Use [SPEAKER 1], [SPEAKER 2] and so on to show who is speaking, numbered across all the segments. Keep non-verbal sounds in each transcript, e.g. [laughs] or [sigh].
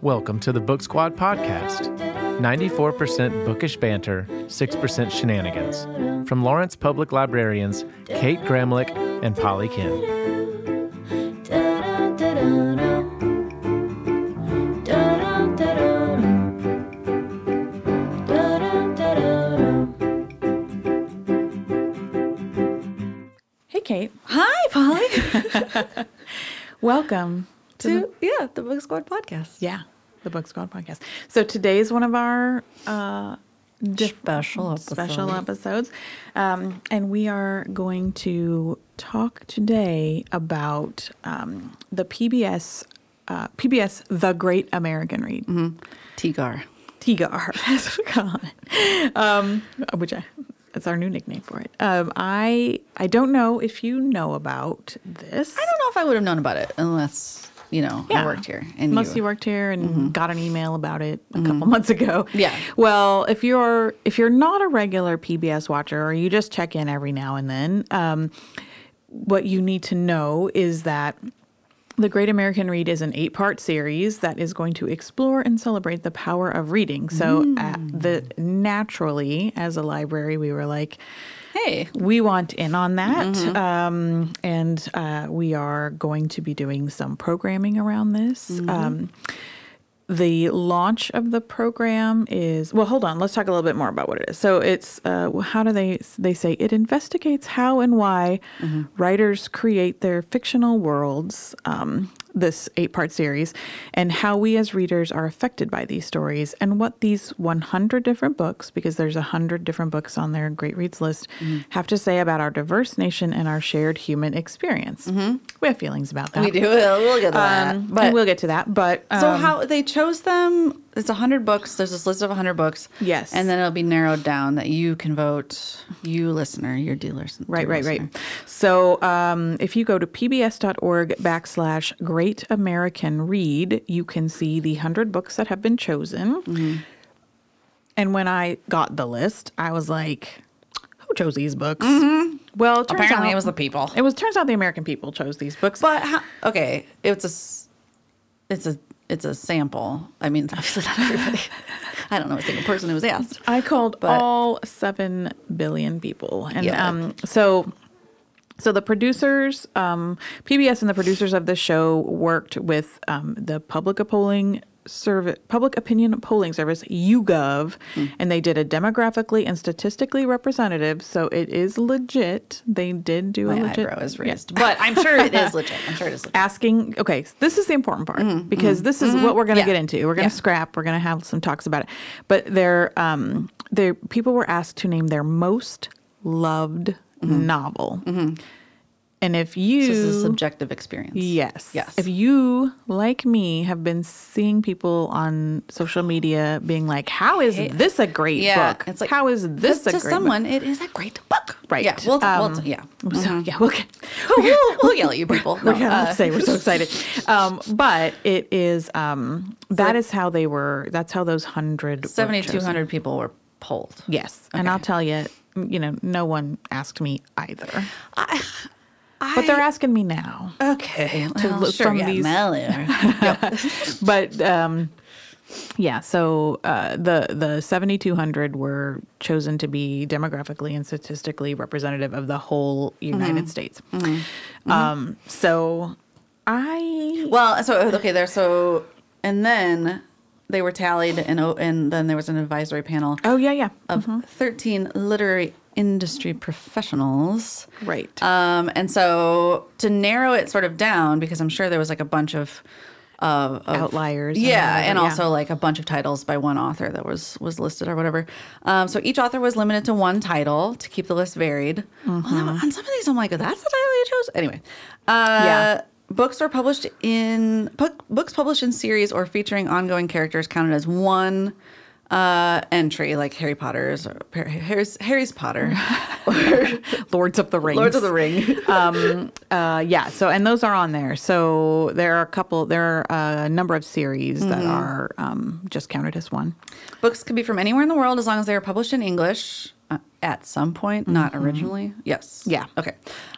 [SPEAKER 1] Welcome to the Book Squad podcast 94% bookish banter, 6% shenanigans. From Lawrence Public Librarians, Kate Gramlich and Polly Kim.
[SPEAKER 2] Hey, Kate.
[SPEAKER 3] Hi, Polly.
[SPEAKER 2] Welcome to,
[SPEAKER 3] to [laughs] yeah, the Book Squad podcast.
[SPEAKER 2] yeah, the Book Squad podcast. So today's one of our uh,
[SPEAKER 3] Special episode.
[SPEAKER 2] special episodes, um, and we are going to talk today about um, the PBS uh, PBS The Great American Read.
[SPEAKER 3] Tigar.
[SPEAKER 2] [laughs] Tigar, as we call it, um, which I, that's our new nickname for it. Um, I I don't know if you know about this.
[SPEAKER 3] I don't know if I would have known about it unless you know I worked here and Mm-hmm.
[SPEAKER 2] unless you, worked here and got an email about it a couple [laughs] months ago.
[SPEAKER 3] Yeah.
[SPEAKER 2] Well, if you're if you're not a regular PBS watcher or you just check in every now and then, um, what you need to know is that the Great American Read is an eight part series that is going to explore and celebrate the power of reading. So, uh,
[SPEAKER 3] Mm.
[SPEAKER 2] the naturally, as a library, we were like,
[SPEAKER 3] [laughs] Hey,
[SPEAKER 2] we want in on that. Um, and uh, we are going to be doing some programming around this. Um, the launch of the program is well hold on let's talk a little bit more about what it is so it's uh, how do they they say it investigates how and why writers create their fictional worlds um, this eight part series and how we as readers are affected by these stories and what these 100 different books because there's 100 different books on their great reads list
[SPEAKER 3] Mm-hmm.
[SPEAKER 2] have to say about our diverse nation and our shared human experience we have feelings about that
[SPEAKER 3] Mm-hmm. we do. We'll we'll get to that.
[SPEAKER 2] um,
[SPEAKER 3] but
[SPEAKER 2] and we'll get to that but
[SPEAKER 3] so
[SPEAKER 2] um,
[SPEAKER 3] how they chose them? It's hundred books. There's this list of hundred books.
[SPEAKER 2] Yes.
[SPEAKER 3] and then it'll be narrowed down that you can vote. You listener, your dealers.
[SPEAKER 2] Right, right, right. So um, if you go to pbs.org backslash Great American Read, you can see the 100 books that have been chosen. And when I got the list, I was like, who chose these books? Mm-hmm. Well, it turns
[SPEAKER 3] Apparently,
[SPEAKER 2] out-
[SPEAKER 3] it was the people.
[SPEAKER 2] It was turns out the American people chose these books.
[SPEAKER 3] But how, okay, it's a, s- it's a, it's a sample. I mean, [laughs] obviously not everybody. I don't know a single person who was asked.
[SPEAKER 2] I called
[SPEAKER 3] But-
[SPEAKER 2] all seven billion people, and
[SPEAKER 3] Yeah.
[SPEAKER 2] um, so so the producers, um, PBS, and the producers of the show worked with um, the public polling service, public opinion polling service, YouGov,
[SPEAKER 3] Hmm.
[SPEAKER 2] and they did a demographically and statistically representative. So it is legit. They did do
[SPEAKER 3] My
[SPEAKER 2] a legit.
[SPEAKER 3] eyebrow is
[SPEAKER 2] Yeah.
[SPEAKER 3] raised, but I'm sure it [laughs] is legit. I'm sure it is legit.
[SPEAKER 2] Asking, okay, this is the important part because this is what we're going to
[SPEAKER 3] Mm-hmm. Yeah.
[SPEAKER 2] get into. We're going to
[SPEAKER 3] Yeah.
[SPEAKER 2] scrap. We're going to have some talks about it. But they're, um, they people were asked to name their most loved novel. And if you,
[SPEAKER 3] Mm-hmm. This is a subjective experience.
[SPEAKER 2] yes,
[SPEAKER 3] Yes.
[SPEAKER 2] if you, like me, have been seeing people on social media being like, how is this a great
[SPEAKER 3] yeah,
[SPEAKER 2] book?
[SPEAKER 3] it's like
[SPEAKER 2] how is this a
[SPEAKER 3] to
[SPEAKER 2] great book?"
[SPEAKER 3] someone? It is a great book.
[SPEAKER 2] Right.
[SPEAKER 3] Yeah. We'll, we'll
[SPEAKER 2] Um,
[SPEAKER 3] yeah.
[SPEAKER 2] So,
[SPEAKER 3] Mm-hmm.
[SPEAKER 2] yeah, [laughs] we'll get,
[SPEAKER 3] [laughs] We'll,
[SPEAKER 2] [laughs]
[SPEAKER 3] we'll yell at you people. No,
[SPEAKER 2] we gotta
[SPEAKER 3] uh,
[SPEAKER 2] say we're so
[SPEAKER 3] [laughs]
[SPEAKER 2] excited. Um, but it is um, that is how they were. That's how those hundred were
[SPEAKER 3] Seventy-two
[SPEAKER 2] chosen.
[SPEAKER 3] hundred people were polled.
[SPEAKER 2] Yes, and I'll tell you, you know, no one asked me either, but they're asking me
[SPEAKER 3] [laughs]
[SPEAKER 2] now.
[SPEAKER 3] okay. Well,
[SPEAKER 2] look
[SPEAKER 3] sure,
[SPEAKER 2] from
[SPEAKER 3] yeah,
[SPEAKER 2] these- [laughs]
[SPEAKER 3] Mallory.
[SPEAKER 2] But um, yeah, so uh, the the seventy two hundred were chosen to be demographically and statistically representative of the whole
[SPEAKER 3] Mm-hmm.
[SPEAKER 2] United States. Um, so I
[SPEAKER 3] Well, so okay, there. So and then they were tallied, and oh, and then there was an advisory panel
[SPEAKER 2] oh yeah yeah
[SPEAKER 3] of thirteen literary industry professionals.
[SPEAKER 2] right
[SPEAKER 3] Um, and so to narrow it sort of down, because I'm sure there was like a bunch of, uh, of, of
[SPEAKER 2] outliers and
[SPEAKER 3] yeah,
[SPEAKER 2] whatever,
[SPEAKER 3] and
[SPEAKER 2] yeah.
[SPEAKER 3] also like a bunch of titles by one author that was was listed or whatever. Um, so each author was limited to one title to keep the list varied. Well, on some of these, I'm like, that's the title you chose. Anyway, uh,
[SPEAKER 2] Yeah.
[SPEAKER 3] Books were published in book, books published in series or featuring ongoing characters counted as one uh, entry, like Harry Potter's or Harry's, Harry's Potter,
[SPEAKER 2] Lords of the Rings
[SPEAKER 3] Lords of the Ring.
[SPEAKER 2] [laughs] um, uh, yeah. So, and those are on there. So there are a couple. There are a number of series that
[SPEAKER 3] Mm-hmm.
[SPEAKER 2] are um, just counted as one.
[SPEAKER 3] Books could be from anywhere in the world as long as they are published in English. uh, at some point, not originally. Yes.
[SPEAKER 2] Mm-hmm. Yeah.
[SPEAKER 3] Okay.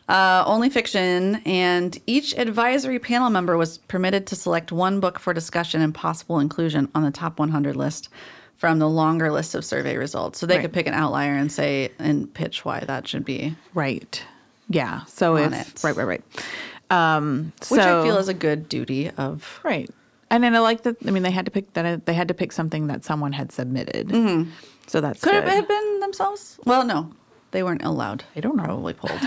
[SPEAKER 3] Uh, only fiction, and each advisory panel member was permitted to select one book for discussion and possible inclusion on the top 100 list from the longer list of survey results. So they
[SPEAKER 2] Right.
[SPEAKER 3] could pick an outlier and say and pitch why that should be,
[SPEAKER 2] Right. Yeah. So if
[SPEAKER 3] On it.
[SPEAKER 2] right, right, right. Um,
[SPEAKER 3] which
[SPEAKER 2] so,
[SPEAKER 3] I feel is a good duty of.
[SPEAKER 2] right. And then I like that. I mean, they had to pick that. They had to pick something that someone had submitted. So that's
[SPEAKER 3] Could
[SPEAKER 2] good.
[SPEAKER 3] it have Mm-hmm. been themselves? Well, no, they weren't allowed.
[SPEAKER 2] I don't know.
[SPEAKER 3] Probably pulled.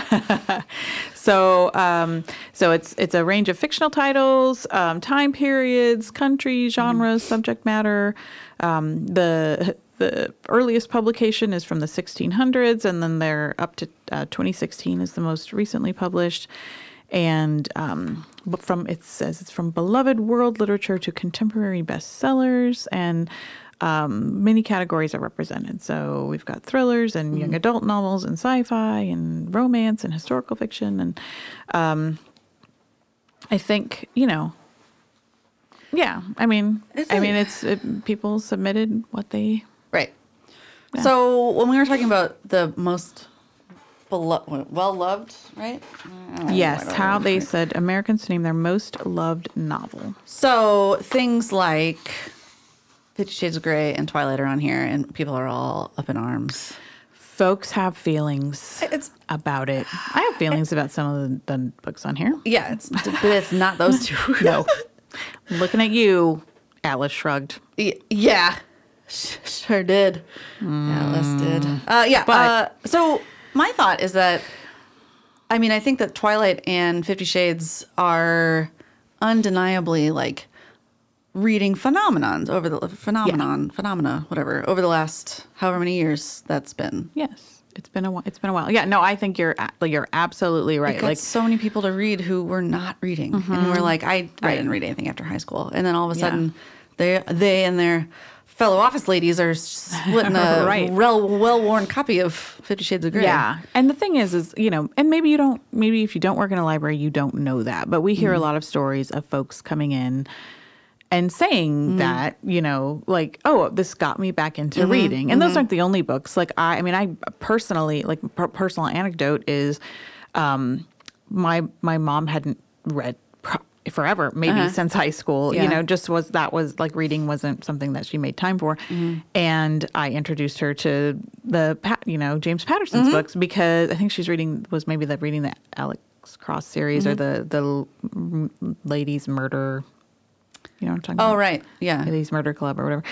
[SPEAKER 2] So, um, so it's it's a range of fictional titles, um, time periods, countries, genres, subject matter. Um, the the earliest publication is from the 1600s, and then they're up to uh, 2016 is the most recently published. And um, but from it says it's from beloved world literature to contemporary bestsellers, and um, many categories are represented. So we've got thrillers and
[SPEAKER 3] Mm-hmm.
[SPEAKER 2] young adult novels and sci-fi and romance and historical fiction, and um, I think you know. Yeah, I mean,
[SPEAKER 3] It's
[SPEAKER 2] I
[SPEAKER 3] a-
[SPEAKER 2] mean, it's it, people submitted what they
[SPEAKER 3] Right. So when we were talking about the most belo- well loved, right? I don't know
[SPEAKER 2] yes
[SPEAKER 3] what I
[SPEAKER 2] how
[SPEAKER 3] was
[SPEAKER 2] they
[SPEAKER 3] thinking.
[SPEAKER 2] said Americans to name their most loved novel.
[SPEAKER 3] So things like Fifty Shades of Grey and Twilight are on here, and people are all up in arms.
[SPEAKER 2] Folks have feelings
[SPEAKER 3] It's
[SPEAKER 2] about it. I have feelings about some of the, the books on here.
[SPEAKER 3] yeah, it's but it's not [laughs] those two.
[SPEAKER 2] No, looking at you, Alice shrugged.
[SPEAKER 3] Y- yeah, Sh- sure did. Alice did. Uh, yeah,
[SPEAKER 2] But-
[SPEAKER 3] uh, so my thought is that, I mean, I think that Twilight and Fifty Shades are undeniably like reading phenomenons over the phenomenon phenomena whatever over the last however many years that's been.
[SPEAKER 2] Yes, it's been a while. It's been a while. Yeah, no, I think you're a- like, you're absolutely right.
[SPEAKER 3] It got
[SPEAKER 2] Like Mm-hmm.
[SPEAKER 3] so many people to read who were not reading and were like, I, I didn't read anything after high school, and then all of a
[SPEAKER 2] Yeah.
[SPEAKER 3] sudden, they they and their fellow office ladies are splitting a
[SPEAKER 2] [laughs] Right.
[SPEAKER 3] well well worn copy of Fifty Shades of Grey.
[SPEAKER 2] Yeah. And the thing is, is, you know, and maybe you don't, maybe if you don't work in a library, you don't know that. But we hear a lot of stories of folks coming in and saying that, you know, like, oh, this got me back into reading. And those aren't the only books. Like, I, I mean, I personally, like, per- personal anecdote is um, my, my mom hadn't read. pro- Forever, maybe since high school, you
[SPEAKER 3] Yeah.
[SPEAKER 2] know, just was that was like reading wasn't something that she made time for and i introduced her to the Pa- you know james patterson's books because i think she's reading was maybe the reading the alex cross series or the the l- m- ladies murder you know what i'm talking
[SPEAKER 3] Oh
[SPEAKER 2] about
[SPEAKER 3] right. Yeah.
[SPEAKER 2] ladies murder club or whatever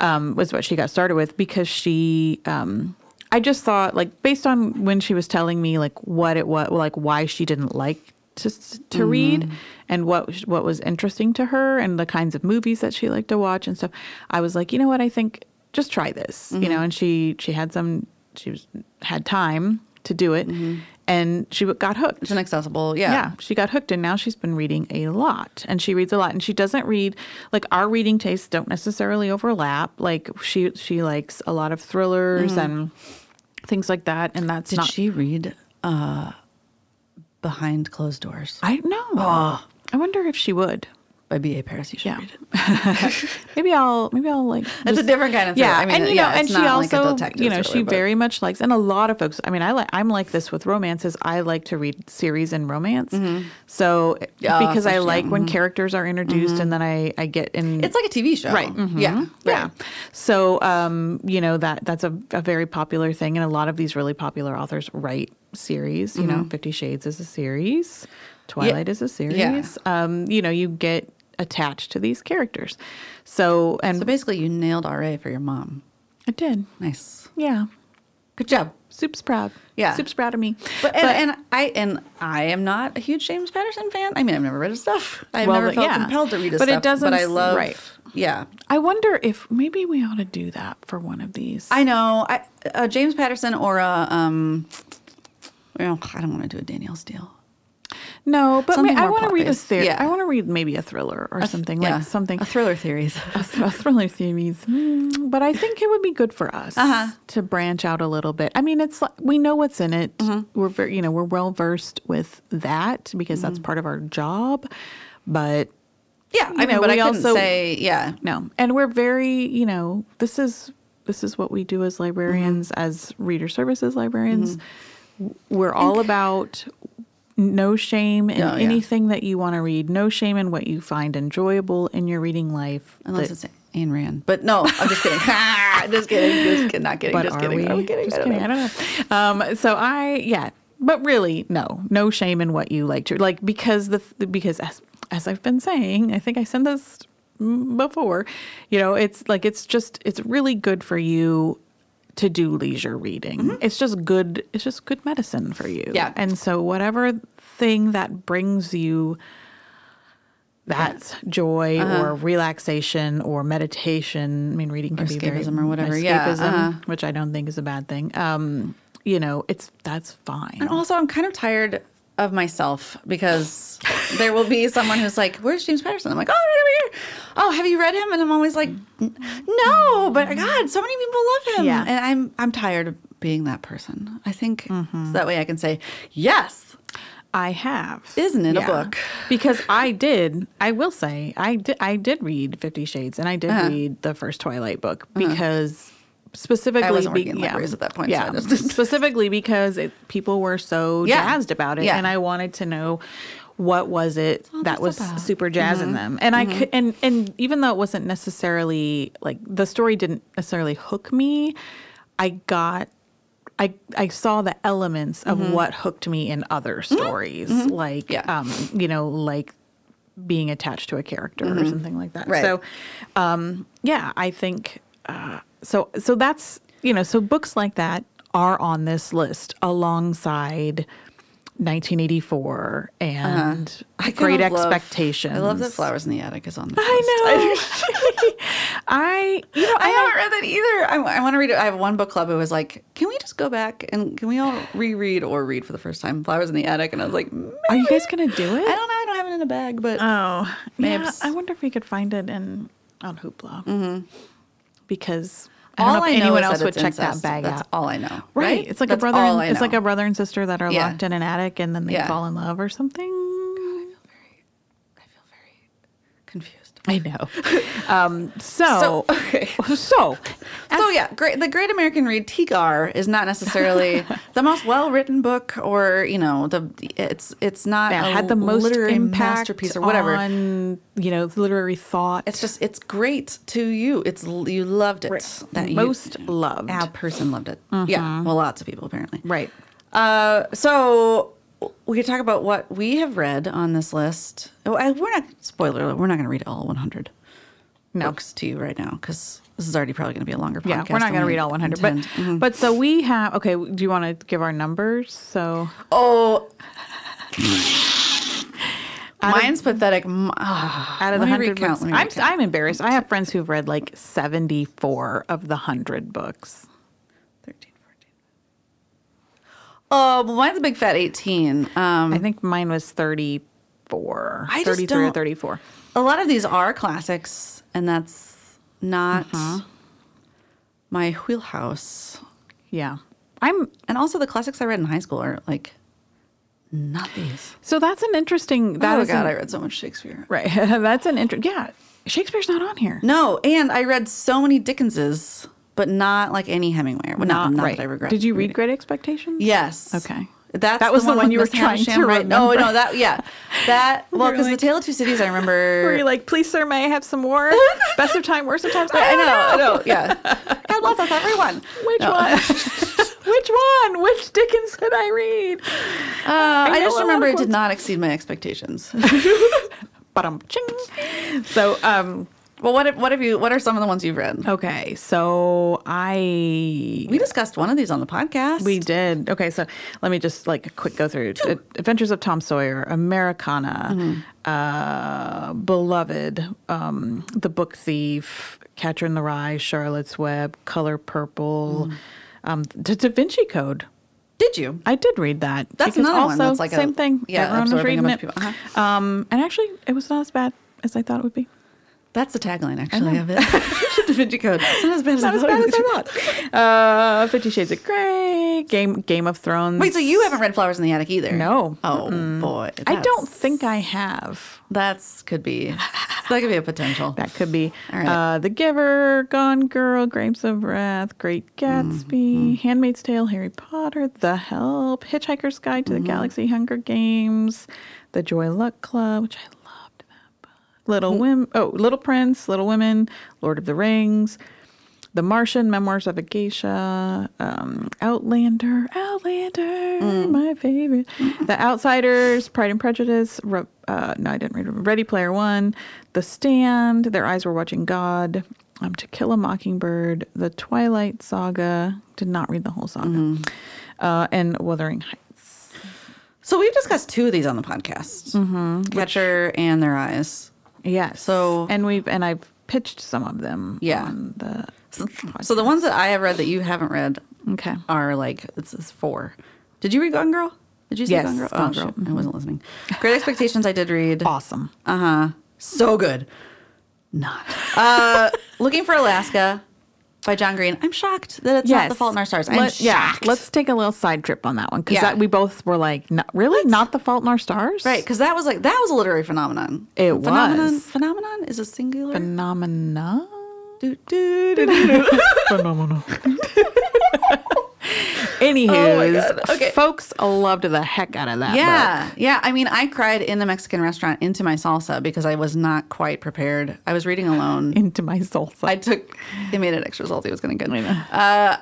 [SPEAKER 2] um, was what she got started with because she um, i just thought like based on when she was telling me like what it was like why she didn't like to, s- to
[SPEAKER 3] Mm-hmm.
[SPEAKER 2] read and what sh- what was interesting to her and the kinds of movies that she liked to watch and stuff i was like you know what i think just try this you
[SPEAKER 3] Mm-hmm.
[SPEAKER 2] know and she she had some she was had time to do it and she got hooked
[SPEAKER 3] Mm-hmm. It's inaccessible. Yeah.
[SPEAKER 2] yeah. she got hooked and now she's been reading a lot and she reads a lot and she doesn't read like our reading tastes don't necessarily overlap. Like she she likes a lot of thrillers and things like that and that's
[SPEAKER 3] Mm-hmm. Did
[SPEAKER 2] not
[SPEAKER 3] she read uh, Behind Closed Doors
[SPEAKER 2] I know. I wonder if she would.
[SPEAKER 3] by B.A. Paris? You should
[SPEAKER 2] Yeah.
[SPEAKER 3] read it.
[SPEAKER 2] Maybe I'll maybe I'll like
[SPEAKER 3] It's a
[SPEAKER 2] just-
[SPEAKER 3] different kind of thriller.
[SPEAKER 2] Yeah,
[SPEAKER 3] I mean,
[SPEAKER 2] and you know,
[SPEAKER 3] yeah,
[SPEAKER 2] and
[SPEAKER 3] it's
[SPEAKER 2] she
[SPEAKER 3] not like a
[SPEAKER 2] also,
[SPEAKER 3] detective
[SPEAKER 2] you know,
[SPEAKER 3] thriller,
[SPEAKER 2] she
[SPEAKER 3] but-
[SPEAKER 2] very much likes, and a lot of folks. I mean, I like, I'm like this with romances. I like to read series and romance, so
[SPEAKER 3] Mm-hmm. Yeah,
[SPEAKER 2] because I
[SPEAKER 3] especially,
[SPEAKER 2] like
[SPEAKER 3] yeah,
[SPEAKER 2] when characters are introduced, and then I I get in.
[SPEAKER 3] Mm-hmm. It's like a TV show.
[SPEAKER 2] Right.
[SPEAKER 3] Mm-hmm.
[SPEAKER 2] Mm-hmm.
[SPEAKER 3] Yeah.
[SPEAKER 2] Yeah.
[SPEAKER 3] Right.
[SPEAKER 2] So, um, you know, that that's a, a very popular thing. And a lot of these really popular authors write series. You
[SPEAKER 3] Mm-hmm.
[SPEAKER 2] know, Fifty Shades is a series, Twilight is a series. Um, you know, you get attached to these characters. So, and
[SPEAKER 3] So basically, you nailed RA for your mom.
[SPEAKER 2] I did.
[SPEAKER 3] Nice.
[SPEAKER 2] Yeah.
[SPEAKER 3] Good job.
[SPEAKER 2] Soup's proud.
[SPEAKER 3] Yeah.
[SPEAKER 2] Soup's proud of me.
[SPEAKER 3] But and, and I and I am not a huge James Patterson fan. I mean, I've never read his stuff. I've
[SPEAKER 2] Well,
[SPEAKER 3] never
[SPEAKER 2] but-
[SPEAKER 3] felt
[SPEAKER 2] yeah.
[SPEAKER 3] compelled to read his
[SPEAKER 2] But it
[SPEAKER 3] stuff.
[SPEAKER 2] doesn't
[SPEAKER 3] But I
[SPEAKER 2] s-
[SPEAKER 3] love.
[SPEAKER 2] right.
[SPEAKER 3] Yeah,
[SPEAKER 2] I wonder if maybe we ought to do that for one of these.
[SPEAKER 3] I know. I a James Patterson or a um. Well, I don't want to do a Danielle Steele.
[SPEAKER 2] no, but may,
[SPEAKER 3] Something
[SPEAKER 2] I
[SPEAKER 3] more
[SPEAKER 2] want to read a
[SPEAKER 3] plot-based.
[SPEAKER 2] theory.
[SPEAKER 3] Yeah.
[SPEAKER 2] I want to read maybe a thriller or something
[SPEAKER 3] Yeah.
[SPEAKER 2] like something.
[SPEAKER 3] A thriller theories.
[SPEAKER 2] a, thr- a thriller series. Hmm, but
[SPEAKER 3] [laughs]
[SPEAKER 2] I think it would be good for us
[SPEAKER 3] Uh-huh.
[SPEAKER 2] to branch out a little bit. I mean, it's like we know what's in it.
[SPEAKER 3] Mm-hmm.
[SPEAKER 2] We're very, you know, we're well versed with that because that's
[SPEAKER 3] Mm-hmm.
[SPEAKER 2] part of our job. But
[SPEAKER 3] [laughs] yeah, I mean,
[SPEAKER 2] know,
[SPEAKER 3] but I
[SPEAKER 2] we
[SPEAKER 3] couldn't
[SPEAKER 2] also-
[SPEAKER 3] say yeah.
[SPEAKER 2] no, and we're very, you know, this is this is what we do as librarians,
[SPEAKER 3] Mm-hmm.
[SPEAKER 2] as reader services librarians. We're all about no shame in
[SPEAKER 3] Oh, Yeah, yeah.
[SPEAKER 2] anything that you want to read, no shame in what you find enjoyable in your reading life.
[SPEAKER 3] Unless
[SPEAKER 2] that-
[SPEAKER 3] it's Ayn Rand. But no, I'm just kidding. [laughs] just kidding. Just kidding. Not kidding.
[SPEAKER 2] but
[SPEAKER 3] Just
[SPEAKER 2] are
[SPEAKER 3] kidding.
[SPEAKER 2] we?
[SPEAKER 3] I'm kidding.
[SPEAKER 2] Just
[SPEAKER 3] I don't
[SPEAKER 2] kidding.
[SPEAKER 3] know.
[SPEAKER 2] I don't know. Um, so I, yeah, but really, no, no shame in what you like to like because the because as as I've been saying, I think I said this mm, before. You know, it's like it's just it's really good for you to do leisure reading. It's just good. It's just good medicine for you.
[SPEAKER 3] Mm-hmm. Yeah.
[SPEAKER 2] And so whatever thing that brings you that joy
[SPEAKER 3] Uh-huh.
[SPEAKER 2] or relaxation or meditation. I mean, reading can be very
[SPEAKER 3] escapism or whatever. Yeah,
[SPEAKER 2] escapism,
[SPEAKER 3] uh-huh.
[SPEAKER 2] which I don't think is a bad thing. Um, you know, it's that's fine.
[SPEAKER 3] And also, I'm kind of tired of myself because there will
[SPEAKER 2] [laughs]
[SPEAKER 3] be someone who's like, "Where's James Patterson?" I'm like, "Oh, right over here. Oh, have you read him?" And I'm always like, "N- "No, but God, so many people love him."
[SPEAKER 2] Mm-hmm. Yeah.
[SPEAKER 3] And I'm I'm tired of being that person. I think
[SPEAKER 2] Mm-hmm.
[SPEAKER 3] so that way I can say, "Yes,
[SPEAKER 2] I have.
[SPEAKER 3] Isn't it a book?
[SPEAKER 2] Because I did, I will say, I did I did read 50 Shades and I did
[SPEAKER 3] Uh-huh.
[SPEAKER 2] read the first Twilight book because specifically
[SPEAKER 3] wasn't working in libraries at that point, so
[SPEAKER 2] Yeah.
[SPEAKER 3] I just-
[SPEAKER 2] specifically because it, people were so
[SPEAKER 3] Yeah.
[SPEAKER 2] jazzed about it
[SPEAKER 3] Yeah.
[SPEAKER 2] and I wanted to know what was it that was
[SPEAKER 3] this Oh, about? Mm-hmm.
[SPEAKER 2] super jazz in them. And I could and and even though it wasn't necessarily like the story didn't necessarily hook me, I got I, I saw the elements of what hooked me in other stories, like
[SPEAKER 3] Mm-hmm. Yeah.
[SPEAKER 2] um, you know, like being attached to a character or something like that.
[SPEAKER 3] Mm-hmm. Right.
[SPEAKER 2] So, um, yeah, I think uh, so. So that's you know, so books like that are on this list alongside 1984 and
[SPEAKER 3] Uh-huh. I kind
[SPEAKER 2] Great
[SPEAKER 3] of love-
[SPEAKER 2] Expectations.
[SPEAKER 3] I love that "Flowers in the Attic" is on. This
[SPEAKER 2] [laughs]
[SPEAKER 3] [laughs]
[SPEAKER 2] I know. I you know
[SPEAKER 3] I haven't read that either. I, want to read it. I have one book club who was like, "Can we just go back and can we all reread or read for the first time Flowers in the Attic?" And I was like, "Maybe."
[SPEAKER 2] are you guys gonna do it?
[SPEAKER 3] I don't know. I don't have it in a bag, but
[SPEAKER 2] Oh, yeah.
[SPEAKER 3] Mabs.
[SPEAKER 2] I wonder if we could find it in on Hoopla because I don't
[SPEAKER 3] Mm-hmm. all
[SPEAKER 2] know
[SPEAKER 3] I
[SPEAKER 2] if
[SPEAKER 3] know
[SPEAKER 2] anyone
[SPEAKER 3] is
[SPEAKER 2] else
[SPEAKER 3] that
[SPEAKER 2] would
[SPEAKER 3] it's
[SPEAKER 2] check
[SPEAKER 3] incest.
[SPEAKER 2] that bag
[SPEAKER 3] That's
[SPEAKER 2] out.
[SPEAKER 3] all I know.
[SPEAKER 2] right. It's like
[SPEAKER 3] That's
[SPEAKER 2] a brother.
[SPEAKER 3] all
[SPEAKER 2] And,
[SPEAKER 3] I
[SPEAKER 2] It's like
[SPEAKER 3] know.
[SPEAKER 2] a brother and sister that are
[SPEAKER 3] Yeah.
[SPEAKER 2] locked in an attic and then they
[SPEAKER 3] Yeah.
[SPEAKER 2] fall in love or something.
[SPEAKER 3] I feel very confused.
[SPEAKER 2] I know. [laughs] um, so,
[SPEAKER 3] So, okay.
[SPEAKER 2] [laughs] so
[SPEAKER 3] So yeah, great. The Great American Read TGAR is not
[SPEAKER 2] [laughs]
[SPEAKER 3] necessarily the most well-written book, or you know, the it's it's not
[SPEAKER 2] that
[SPEAKER 3] a
[SPEAKER 2] had the most
[SPEAKER 3] literary
[SPEAKER 2] impact
[SPEAKER 3] masterpiece or whatever.
[SPEAKER 2] on you know literary thought.
[SPEAKER 3] it's just it's great to you. It's l- you loved it. you-
[SPEAKER 2] most loved. Mm-hmm.
[SPEAKER 3] A person loved it. Yeah. Well, lots of people apparently.
[SPEAKER 2] Right.
[SPEAKER 3] Uh, so we could talk about what we have read on this list. Oh, I, we're not spoiler alert. We're not going to read all 100
[SPEAKER 2] No.
[SPEAKER 3] books to you right now because this is already probably going to be a longer podcast.
[SPEAKER 2] Yeah, we're not
[SPEAKER 3] than
[SPEAKER 2] going to
[SPEAKER 3] we
[SPEAKER 2] read all 100, but
[SPEAKER 3] intend. Mhm.
[SPEAKER 2] but so we have okay, do you want to give our numbers? So
[SPEAKER 3] oh. Mine's pathetic. M- ah.
[SPEAKER 2] out of
[SPEAKER 3] Let
[SPEAKER 2] the 100
[SPEAKER 3] me recount,
[SPEAKER 2] books,
[SPEAKER 3] let me
[SPEAKER 2] I'm
[SPEAKER 3] recount.
[SPEAKER 2] I'm embarrassed. I have friends who've read like 74 of the 100 books.
[SPEAKER 3] 13, 14. Oh, well, mine's a big fat 18. Um,
[SPEAKER 2] I think mine was 34.
[SPEAKER 3] I just
[SPEAKER 2] 33 or
[SPEAKER 3] don't-
[SPEAKER 2] 34.
[SPEAKER 3] a lot of these are classics, and that's not
[SPEAKER 2] Uh-huh.
[SPEAKER 3] my wheelhouse.
[SPEAKER 2] Yeah. I'm
[SPEAKER 3] And also, the classics I read in high school are like not these.
[SPEAKER 2] so that's an interesting that
[SPEAKER 3] oh
[SPEAKER 2] is
[SPEAKER 3] God,
[SPEAKER 2] an-
[SPEAKER 3] I read so much Shakespeare.
[SPEAKER 2] [laughs] right. that's an inter Yeah. Shakespeare's not on here.
[SPEAKER 3] No, and I read so many Dickenses, but not like any Hemingway. Well, not, not that I regret.
[SPEAKER 2] Did you read
[SPEAKER 3] reading.
[SPEAKER 2] Great Expectations?
[SPEAKER 3] Yes.
[SPEAKER 2] Okay.
[SPEAKER 3] That's
[SPEAKER 2] That was the one
[SPEAKER 3] with
[SPEAKER 2] you were
[SPEAKER 3] Miss Hannah
[SPEAKER 2] trying to
[SPEAKER 3] Sham, right? No,
[SPEAKER 2] remember.
[SPEAKER 3] no, that yeah,
[SPEAKER 2] [laughs]
[SPEAKER 3] that well,
[SPEAKER 2] were
[SPEAKER 3] because
[SPEAKER 2] like-
[SPEAKER 3] the Tale of Two Cities, I
[SPEAKER 2] [laughs] Were
[SPEAKER 3] remember.
[SPEAKER 2] you like, please, sir, may I have some
[SPEAKER 3] [laughs]
[SPEAKER 2] more? Best of time, worst of times.
[SPEAKER 3] I
[SPEAKER 2] don't
[SPEAKER 3] know, I know, yeah. God bless us, everyone.
[SPEAKER 2] [laughs] Which
[SPEAKER 3] No. [laughs]
[SPEAKER 2] one? Which one? Which Dickens did I read?
[SPEAKER 3] Uh, I,
[SPEAKER 2] know a lot
[SPEAKER 3] just
[SPEAKER 2] of
[SPEAKER 3] remember it did
[SPEAKER 2] quotes.
[SPEAKER 3] not exceed my expectations.
[SPEAKER 2] Bottom ching. So, um,
[SPEAKER 3] well, what if, what have you? What are some of the ones you've read?
[SPEAKER 2] okay, so I
[SPEAKER 3] We discussed one of these on the podcast.
[SPEAKER 2] we did okay. So let me just like a quick go through Adventures of Tom Sawyer, Americana,
[SPEAKER 3] Mm-hmm.
[SPEAKER 2] uh, Beloved, um, The Book Thief, Catcher in the Rye, Charlotte's Web, Color Purple,
[SPEAKER 3] Mm.
[SPEAKER 2] um, the Da Vinci Code.
[SPEAKER 3] did you?
[SPEAKER 2] I did read that.
[SPEAKER 3] That's
[SPEAKER 2] because
[SPEAKER 3] another one
[SPEAKER 2] also
[SPEAKER 3] that's like a-
[SPEAKER 2] same thing.
[SPEAKER 3] yeah,
[SPEAKER 2] everyone was
[SPEAKER 3] absorbing a
[SPEAKER 2] reading
[SPEAKER 3] bunch
[SPEAKER 2] it.
[SPEAKER 3] of people. Uh-huh.
[SPEAKER 2] Um, and actually, it was not as bad as I thought it would be.
[SPEAKER 3] That's the tagline actually of it.
[SPEAKER 2] [laughs]
[SPEAKER 3] [laughs] da Vinci Code. It's Not as bad as
[SPEAKER 2] Not
[SPEAKER 3] I
[SPEAKER 2] as
[SPEAKER 3] thought
[SPEAKER 2] bad
[SPEAKER 3] it
[SPEAKER 2] as I
[SPEAKER 3] was.
[SPEAKER 2] thought. [laughs] Uh, Fifty Shades of Grey, Game Game of Thrones.
[SPEAKER 3] Wait, so you haven't read Flowers in the Attic either?
[SPEAKER 2] No.
[SPEAKER 3] Oh boy.
[SPEAKER 2] I don't
[SPEAKER 3] that's-
[SPEAKER 2] think I have.
[SPEAKER 3] That's could be That could be
[SPEAKER 2] [laughs]
[SPEAKER 3] a potential.
[SPEAKER 2] That could be
[SPEAKER 3] All right.
[SPEAKER 2] uh, The Giver, Gone Girl, Grapes of Wrath, Great Gatsby,
[SPEAKER 3] Mm-hmm.
[SPEAKER 2] Handmaid's Tale, Harry Potter, The Help, Hitchhiker's Guide
[SPEAKER 3] Mm-hmm.
[SPEAKER 2] to the Galaxy, Hunger Games, The Joy Luck Club, which I loved that book. Little Women, oh, Little Prince, Little Women, Lord of the Rings, The Martian, Memoirs of a Geisha, um, Outlander, Outlander, my favorite, The Outsiders, Pride and Prejudice. Re- uh, no, I didn't read it. Ready Player One, The Stand, Their Eyes Were Watching God, um, To Kill a Mockingbird, The Twilight Saga. Did not read the whole saga, uh, and Wuthering Heights.
[SPEAKER 3] So we've discussed two of these on the podcast Catcher Mm-hmm. and Their Eyes.
[SPEAKER 2] Yes.
[SPEAKER 3] So-
[SPEAKER 2] and we've and I've pitched some of them.
[SPEAKER 3] Yeah.
[SPEAKER 2] On the
[SPEAKER 3] So, so the ones that I have read that you haven't read
[SPEAKER 2] okay.
[SPEAKER 3] are like, it's, it's four. Did you read Gone Girl? Did you see
[SPEAKER 2] Yes,
[SPEAKER 3] Gone Girl?
[SPEAKER 2] Gone
[SPEAKER 3] oh,
[SPEAKER 2] Girl.
[SPEAKER 3] shoot, I wasn't listening. Great Expectations, I did read.
[SPEAKER 2] Awesome.
[SPEAKER 3] Uh huh. So good. Not. [laughs] Uh, Looking for Alaska by John Green. I'm shocked that it's not The Fault in Our Stars. I'm
[SPEAKER 2] Let-
[SPEAKER 3] shocked.
[SPEAKER 2] yeah, let's take a little side trip on that one because
[SPEAKER 3] Yeah.
[SPEAKER 2] that we both were like, "No- really, not the Fault in Our Stars,
[SPEAKER 3] Right, because that was like that was a literary phenomenon.
[SPEAKER 2] It
[SPEAKER 3] phenomenon,
[SPEAKER 2] was.
[SPEAKER 3] phenomenon is a singular.
[SPEAKER 2] Phenomena.
[SPEAKER 3] do, do, do, do, do.
[SPEAKER 2] [laughs] Phenomena. Anywho,
[SPEAKER 3] Oh God, okay.
[SPEAKER 2] folks loved the heck out of that. book.
[SPEAKER 3] yeah, yeah. I mean, I cried in the Mexican restaurant into my salsa because I was not quite prepared. I was reading alone.
[SPEAKER 2] into my soul.
[SPEAKER 3] I took. They made it extra salty. It was going to good. Uh,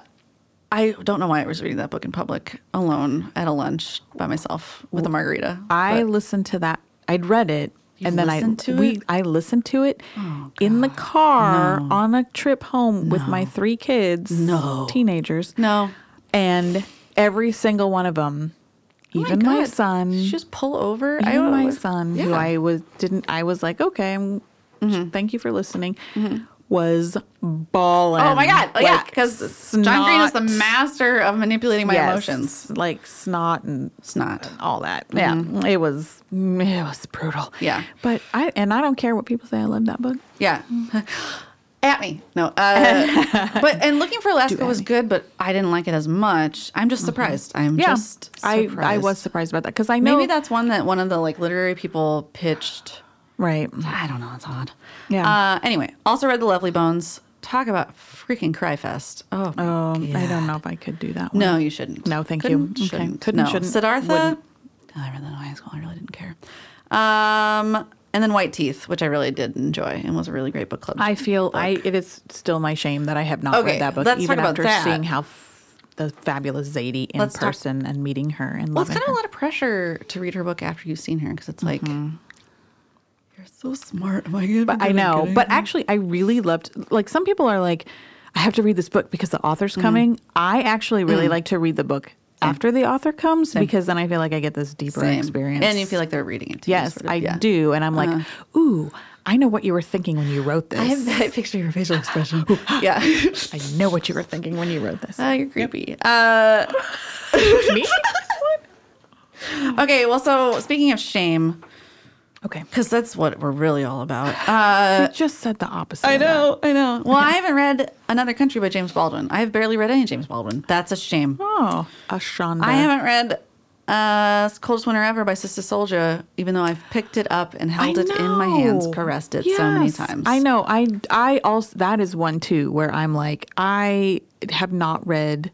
[SPEAKER 3] I don't know why I was reading that book in public alone at a lunch by myself with a margarita.
[SPEAKER 2] I listened to that. I'd read it,
[SPEAKER 3] You
[SPEAKER 2] and then I
[SPEAKER 3] listened to
[SPEAKER 2] we
[SPEAKER 3] it? Oh,
[SPEAKER 2] I listened to it in the car on a trip home with my three kids,
[SPEAKER 3] No.
[SPEAKER 2] teenagers,
[SPEAKER 3] No.
[SPEAKER 2] and every single one of them,
[SPEAKER 3] Oh
[SPEAKER 2] even my,
[SPEAKER 3] God. Did
[SPEAKER 2] son,
[SPEAKER 3] you just pull over.
[SPEAKER 2] even my
[SPEAKER 3] was-
[SPEAKER 2] son, who
[SPEAKER 3] Yeah. Mm-hmm.
[SPEAKER 2] I was didn't, I was like, okay, I'm, thank you for listening, was bawling.
[SPEAKER 3] Oh my god! Oh, yeah,
[SPEAKER 2] like
[SPEAKER 3] because John Green is the
[SPEAKER 2] snot.
[SPEAKER 3] master of manipulating my
[SPEAKER 2] Yes,
[SPEAKER 3] emotions.
[SPEAKER 2] like snot and
[SPEAKER 3] It's not.
[SPEAKER 2] all that. Yeah, it was mm, it was brutal.
[SPEAKER 3] Yeah.
[SPEAKER 2] but I and I don't care what people say. I love that book.
[SPEAKER 3] Yeah. [laughs] At me. No.
[SPEAKER 2] [laughs]
[SPEAKER 3] Uh, but and looking for Alaska
[SPEAKER 2] at
[SPEAKER 3] was
[SPEAKER 2] me. Mm-hmm.
[SPEAKER 3] good, but I didn't like it as much. I'm just surprised. I'm
[SPEAKER 2] Yeah,
[SPEAKER 3] just
[SPEAKER 2] I
[SPEAKER 3] surprised.
[SPEAKER 2] I was surprised about that because I know
[SPEAKER 3] Maybe that's one that one of the like literary people pitched.
[SPEAKER 2] right.
[SPEAKER 3] I don't know. It's odd.
[SPEAKER 2] Yeah.
[SPEAKER 3] Uh, anyway, also read The Lovely Bones. Talk about freaking cry fest. Oh. my
[SPEAKER 2] Um, I
[SPEAKER 3] God.
[SPEAKER 2] don't know if I could do that. one.
[SPEAKER 3] No, you shouldn't.
[SPEAKER 2] No, thank you.
[SPEAKER 3] Couldn't,
[SPEAKER 2] Okay.
[SPEAKER 3] Shouldn't.
[SPEAKER 2] Couldn't,
[SPEAKER 3] no.
[SPEAKER 2] shouldn't,
[SPEAKER 3] Siddhartha.
[SPEAKER 2] wouldn't.
[SPEAKER 3] Oh, I read that in high school. I really didn't care. Um, and then White Teeth, which I really did enjoy and was a really great book club.
[SPEAKER 2] I feel I it is still my shame that I have not
[SPEAKER 3] Okay,
[SPEAKER 2] read that book.
[SPEAKER 3] let's
[SPEAKER 2] even
[SPEAKER 3] talk about
[SPEAKER 2] after
[SPEAKER 3] that.
[SPEAKER 2] seeing how f- the fabulous Zadie in
[SPEAKER 3] Let's talk-
[SPEAKER 2] person and meeting her and
[SPEAKER 3] Well, it's
[SPEAKER 2] loving
[SPEAKER 3] kind of
[SPEAKER 2] her.
[SPEAKER 3] a lot of pressure to read her book after you've seen her because it's like, you're so smart. Am I gonna
[SPEAKER 2] Mm-hmm. But I
[SPEAKER 3] be
[SPEAKER 2] know.
[SPEAKER 3] kidding?
[SPEAKER 2] But actually, I really loved. Like some people are like, I have to read this book because the author's
[SPEAKER 3] Mm-hmm.
[SPEAKER 2] coming. I actually really
[SPEAKER 3] Mm.
[SPEAKER 2] like to read the book after the author comes because then I feel like I get this deeper
[SPEAKER 3] Same.
[SPEAKER 2] experience.
[SPEAKER 3] And you feel like they're reading it to you,
[SPEAKER 2] yes,
[SPEAKER 3] sort of.
[SPEAKER 2] I
[SPEAKER 3] Yeah. Uh-huh.
[SPEAKER 2] do, and I'm like, ooh, I know what you were thinking when you wrote this.
[SPEAKER 3] [laughs] I have that picture of your
[SPEAKER 2] [laughs]
[SPEAKER 3] facial expression. yeah.
[SPEAKER 2] I know what you were thinking when you wrote this.
[SPEAKER 3] Oh, you're creepy. Uh,
[SPEAKER 2] [laughs]
[SPEAKER 3] [laughs]
[SPEAKER 2] Me?
[SPEAKER 3] okay, well, so speaking of shame,
[SPEAKER 2] Okay.
[SPEAKER 3] because that's what we're really all about.
[SPEAKER 2] you just said the opposite.
[SPEAKER 3] uh, I
[SPEAKER 2] of that.
[SPEAKER 3] know, I know. Well, I haven't read Another Country by James Baldwin. I have barely read any James Baldwin. That's a shame.
[SPEAKER 2] Oh, Ashanda.
[SPEAKER 3] I haven't read uh, Coldest Winter Ever by Sister Soldier, even though I've picked it up and
[SPEAKER 2] I
[SPEAKER 3] held it in my hands,
[SPEAKER 2] know.
[SPEAKER 3] caressed it so many
[SPEAKER 2] Yes.
[SPEAKER 3] times.
[SPEAKER 2] I know. I I also that is one too where I'm like I have not read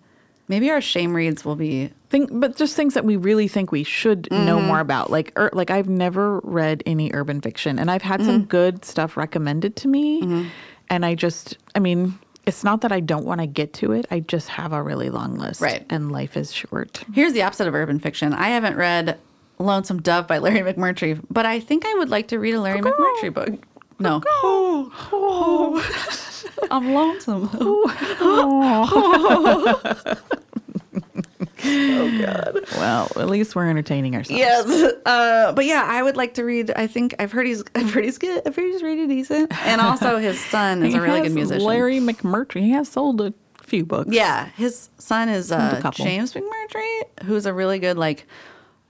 [SPEAKER 3] Maybe our shame reads will be.
[SPEAKER 2] think but just things that we really think we should know
[SPEAKER 3] Mm-hmm.
[SPEAKER 2] more about like er, like I've never read any urban fiction and I've had some
[SPEAKER 3] Mm.
[SPEAKER 2] good stuff recommended to me
[SPEAKER 3] Mm-hmm.
[SPEAKER 2] and I just I mean it's not that I don't want to get to it I just have a really long list
[SPEAKER 3] Right.
[SPEAKER 2] and life is short.
[SPEAKER 3] Here's the opposite of urban fiction. I haven't read Lonesome Dove by Larry McMurtry, but I think I would like to read a Larry McMurtry book. No.
[SPEAKER 2] Oh,
[SPEAKER 3] I'm lonesome.
[SPEAKER 2] [laughs] Oh. well, at least we're entertaining ourselves.
[SPEAKER 3] Yes. Uh, but yeah, I would like to read. I think I've heard he's I've heard he's good. I've heard he's really decent.
[SPEAKER 2] [laughs]
[SPEAKER 3] And also his son is
[SPEAKER 2] He
[SPEAKER 3] a really good
[SPEAKER 2] has
[SPEAKER 3] musician.
[SPEAKER 2] Larry McMurtry. He has sold a few books.
[SPEAKER 3] Yeah, his son is
[SPEAKER 2] a
[SPEAKER 3] uh,
[SPEAKER 2] couple.
[SPEAKER 3] James McMurtry, who's a really good like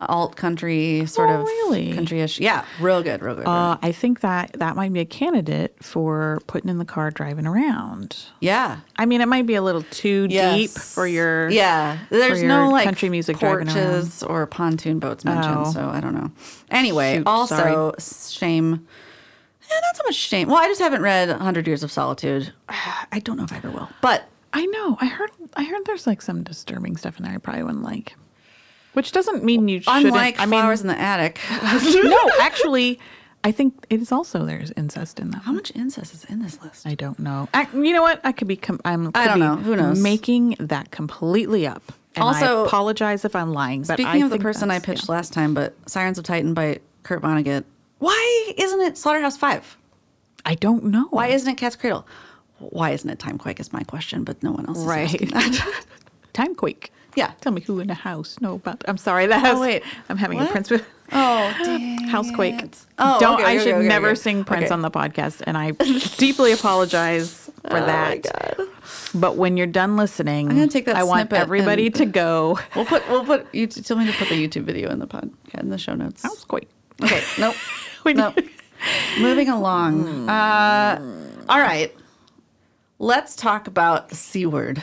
[SPEAKER 3] alt country sort
[SPEAKER 2] Oh,
[SPEAKER 3] of
[SPEAKER 2] really?
[SPEAKER 3] countryish. Yeah, real good, real good. real
[SPEAKER 2] Uh, I think that that might be a candidate for putting in the car driving around.
[SPEAKER 3] good. yeah.
[SPEAKER 2] I mean, it might be a little too deep
[SPEAKER 3] Yes.
[SPEAKER 2] for your.
[SPEAKER 3] yeah. There's
[SPEAKER 2] your
[SPEAKER 3] no like
[SPEAKER 2] country music driving
[SPEAKER 3] porches or pontoon boats mentioned,
[SPEAKER 2] Oh.
[SPEAKER 3] so I don't know. Anyway,
[SPEAKER 2] Shoot,
[SPEAKER 3] also
[SPEAKER 2] sorry.
[SPEAKER 3] shame. Yeah, not so much shame. Well, I just haven't read Hundred Years of Solitude. I don't know if I ever will, but
[SPEAKER 2] I know. I heard. I heard there's like some disturbing stuff in there. I probably wouldn't like. Which doesn't mean you shouldn't.
[SPEAKER 3] unlike
[SPEAKER 2] I mean,
[SPEAKER 3] Flowers in the Attic, how
[SPEAKER 2] [laughs]
[SPEAKER 3] [laughs]
[SPEAKER 2] no, actually, I think it is also there's incest in that. one.
[SPEAKER 3] much incest is in this list?
[SPEAKER 2] I don't know. I, you know what? I could be. Com- I'm.
[SPEAKER 3] I
[SPEAKER 2] could be
[SPEAKER 3] don't know. Who knows?
[SPEAKER 2] Making that completely up. And
[SPEAKER 3] Also-
[SPEAKER 2] I apologize if I'm lying. But
[SPEAKER 3] Speaking
[SPEAKER 2] I
[SPEAKER 3] of the
[SPEAKER 2] think
[SPEAKER 3] person I
[SPEAKER 2] that's-
[SPEAKER 3] pitched last time, but Sirens of Titan by Kurt Vonnegut. Why isn't it Slaughterhouse Five?
[SPEAKER 2] yeah. I don't know.
[SPEAKER 3] Why isn't it Cat's Cradle? Why isn't it Time Quake? Is my question, but no one else is
[SPEAKER 2] Right.
[SPEAKER 3] asking that.
[SPEAKER 2] [laughs]
[SPEAKER 3] [laughs]
[SPEAKER 2] time quake?
[SPEAKER 3] Yeah. Oh,
[SPEAKER 2] Tell me who in the house. No, but I'm sorry. That has,
[SPEAKER 3] wait.
[SPEAKER 2] I'm having
[SPEAKER 3] What?
[SPEAKER 2] a Prince with
[SPEAKER 3] oh, dang
[SPEAKER 2] housequake.
[SPEAKER 3] it. Oh,
[SPEAKER 2] don't.
[SPEAKER 3] okay,
[SPEAKER 2] I
[SPEAKER 3] okay,
[SPEAKER 2] should
[SPEAKER 3] okay,
[SPEAKER 2] never
[SPEAKER 3] okay.
[SPEAKER 2] sing Prince
[SPEAKER 3] Okay.
[SPEAKER 2] on the podcast, and
[SPEAKER 3] [laughs]
[SPEAKER 2] I deeply apologize
[SPEAKER 3] Oh,
[SPEAKER 2] for that. But when you're done listening, I'm
[SPEAKER 3] gonna take that
[SPEAKER 2] I want
[SPEAKER 3] snippet
[SPEAKER 2] everybody
[SPEAKER 3] and-
[SPEAKER 2] to go
[SPEAKER 3] We'll put we'll put you t- tell me to put the YouTube video in the pod in the show notes.
[SPEAKER 2] housequake.
[SPEAKER 3] Okay,
[SPEAKER 2] [laughs]
[SPEAKER 3] nope.
[SPEAKER 2] When
[SPEAKER 3] nope.
[SPEAKER 2] you-
[SPEAKER 3] Moving along. Uh, all right. Let's talk about the C word.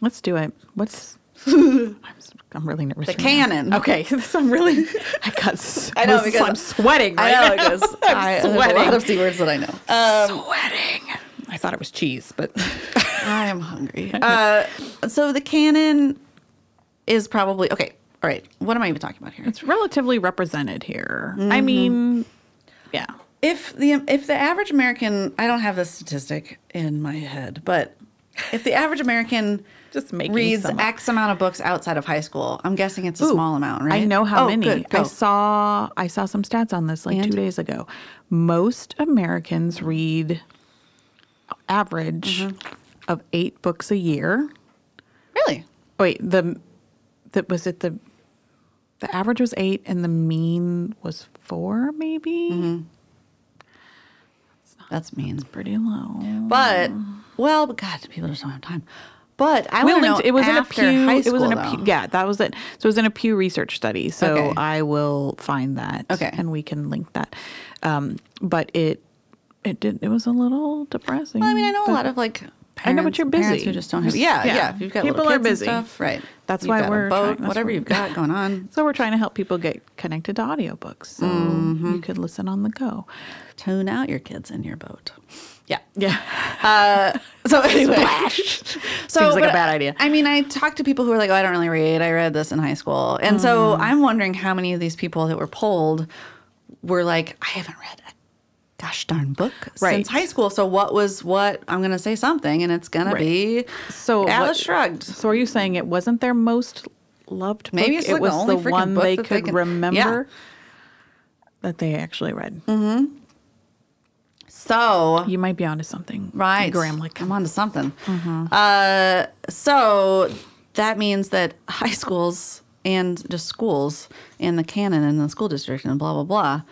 [SPEAKER 2] Let's do it.
[SPEAKER 3] [laughs]
[SPEAKER 2] What's I'm, s- I'm really nervous.
[SPEAKER 3] The
[SPEAKER 2] right now.
[SPEAKER 3] cannon.
[SPEAKER 2] Okay, [laughs] so I'm really. I
[SPEAKER 3] [laughs]
[SPEAKER 2] got. s-
[SPEAKER 3] I know,
[SPEAKER 2] this-
[SPEAKER 3] because-
[SPEAKER 2] I'm sweating right
[SPEAKER 3] I know
[SPEAKER 2] [laughs] now.
[SPEAKER 3] because
[SPEAKER 2] I'm
[SPEAKER 3] I, there's a
[SPEAKER 2] sweating. [laughs] Uh,
[SPEAKER 3] lot of Um, C words that I know.
[SPEAKER 2] sweating. I thought it was cheese,
[SPEAKER 3] [laughs]
[SPEAKER 2] but [laughs]
[SPEAKER 3] I am hungry. [laughs] Uh, so the canon is probably okay. All right. What am I even talking about here?
[SPEAKER 2] it's relatively represented here.
[SPEAKER 3] Mm-hmm.
[SPEAKER 2] I mean, yeah.
[SPEAKER 3] If the if the average American, I don't have this statistic in my head, but if the average American
[SPEAKER 2] [laughs] Just making
[SPEAKER 3] reads
[SPEAKER 2] some up.
[SPEAKER 3] X amount of books outside of high school, I'm guessing it's a
[SPEAKER 2] Ooh,
[SPEAKER 3] small amount, right?
[SPEAKER 2] I know how
[SPEAKER 3] Oh,
[SPEAKER 2] many.
[SPEAKER 3] good, go.
[SPEAKER 2] I saw I saw some stats on this like
[SPEAKER 3] And?
[SPEAKER 2] two days ago. Most Americans read average
[SPEAKER 3] Mm-hmm.
[SPEAKER 2] of eight books a year.
[SPEAKER 3] really.
[SPEAKER 2] Wait, the the was it the the average was eight and the mean was four, maybe?
[SPEAKER 3] Mm-hmm. That's mean.
[SPEAKER 2] Pretty low.
[SPEAKER 3] But well, but God, people just don't have time. But I
[SPEAKER 2] We
[SPEAKER 3] want to know
[SPEAKER 2] linked- it was
[SPEAKER 3] after
[SPEAKER 2] in a pew.
[SPEAKER 3] high school,
[SPEAKER 2] it was in
[SPEAKER 3] though.
[SPEAKER 2] a pew, yeah. That was it. So it was in a pew research study. So
[SPEAKER 3] Okay.
[SPEAKER 2] I will find that.
[SPEAKER 3] Okay.
[SPEAKER 2] and we can link that. Um, but it it did. It was a little depressing.
[SPEAKER 3] Well, I mean, I know a
[SPEAKER 2] but
[SPEAKER 3] lot of like.
[SPEAKER 2] I know, but
[SPEAKER 3] parents-
[SPEAKER 2] you're busy.
[SPEAKER 3] Parents who just don't have.
[SPEAKER 2] You're
[SPEAKER 3] Yeah,
[SPEAKER 2] s-
[SPEAKER 3] yeah.
[SPEAKER 2] yeah.
[SPEAKER 3] If you've got
[SPEAKER 2] People
[SPEAKER 3] little
[SPEAKER 2] are
[SPEAKER 3] kids and
[SPEAKER 2] busy.
[SPEAKER 3] stuff, right?
[SPEAKER 2] That's
[SPEAKER 3] You've
[SPEAKER 2] why
[SPEAKER 3] got a
[SPEAKER 2] we're
[SPEAKER 3] boat,
[SPEAKER 2] trying- that's
[SPEAKER 3] whatever
[SPEAKER 2] what-
[SPEAKER 3] you've got
[SPEAKER 2] [laughs]
[SPEAKER 3] going on.
[SPEAKER 2] So we're trying to help people get connected to audiobooks. So
[SPEAKER 3] Mm-hmm.
[SPEAKER 2] you could listen on the go.
[SPEAKER 3] Tune out your kids in your boat. Yeah. [laughs] Uh,
[SPEAKER 2] Yeah. [laughs]
[SPEAKER 3] So anyway, [laughs] so
[SPEAKER 2] Seems like a
[SPEAKER 3] but,
[SPEAKER 2] bad idea.
[SPEAKER 3] I mean, I talk to people who are like, "Oh, I don't really read. I read this in high school," and so
[SPEAKER 2] Mm-hmm.
[SPEAKER 3] I'm wondering how many of these people that were polled were like, "I haven't read a gosh darn book
[SPEAKER 2] Right.
[SPEAKER 3] since high school." So what was what? I'm gonna say something, and it's gonna
[SPEAKER 2] Right.
[SPEAKER 3] be
[SPEAKER 2] So what-
[SPEAKER 3] Alice Shrugged.
[SPEAKER 2] So are you saying it wasn't their most loved book?
[SPEAKER 3] Maybe it's
[SPEAKER 2] it
[SPEAKER 3] like the
[SPEAKER 2] was
[SPEAKER 3] only freaking
[SPEAKER 2] one
[SPEAKER 3] book
[SPEAKER 2] they
[SPEAKER 3] that
[SPEAKER 2] could
[SPEAKER 3] they can-
[SPEAKER 2] remember
[SPEAKER 3] Yeah.
[SPEAKER 2] that they actually read.
[SPEAKER 3] So
[SPEAKER 2] You might be onto something, um,
[SPEAKER 3] Right.
[SPEAKER 2] Gramlich.
[SPEAKER 3] I'm on to something.
[SPEAKER 2] Mm-hmm.
[SPEAKER 3] Uh, so that means that high schools and just schools and the canon and the school district and blah, blah, blah.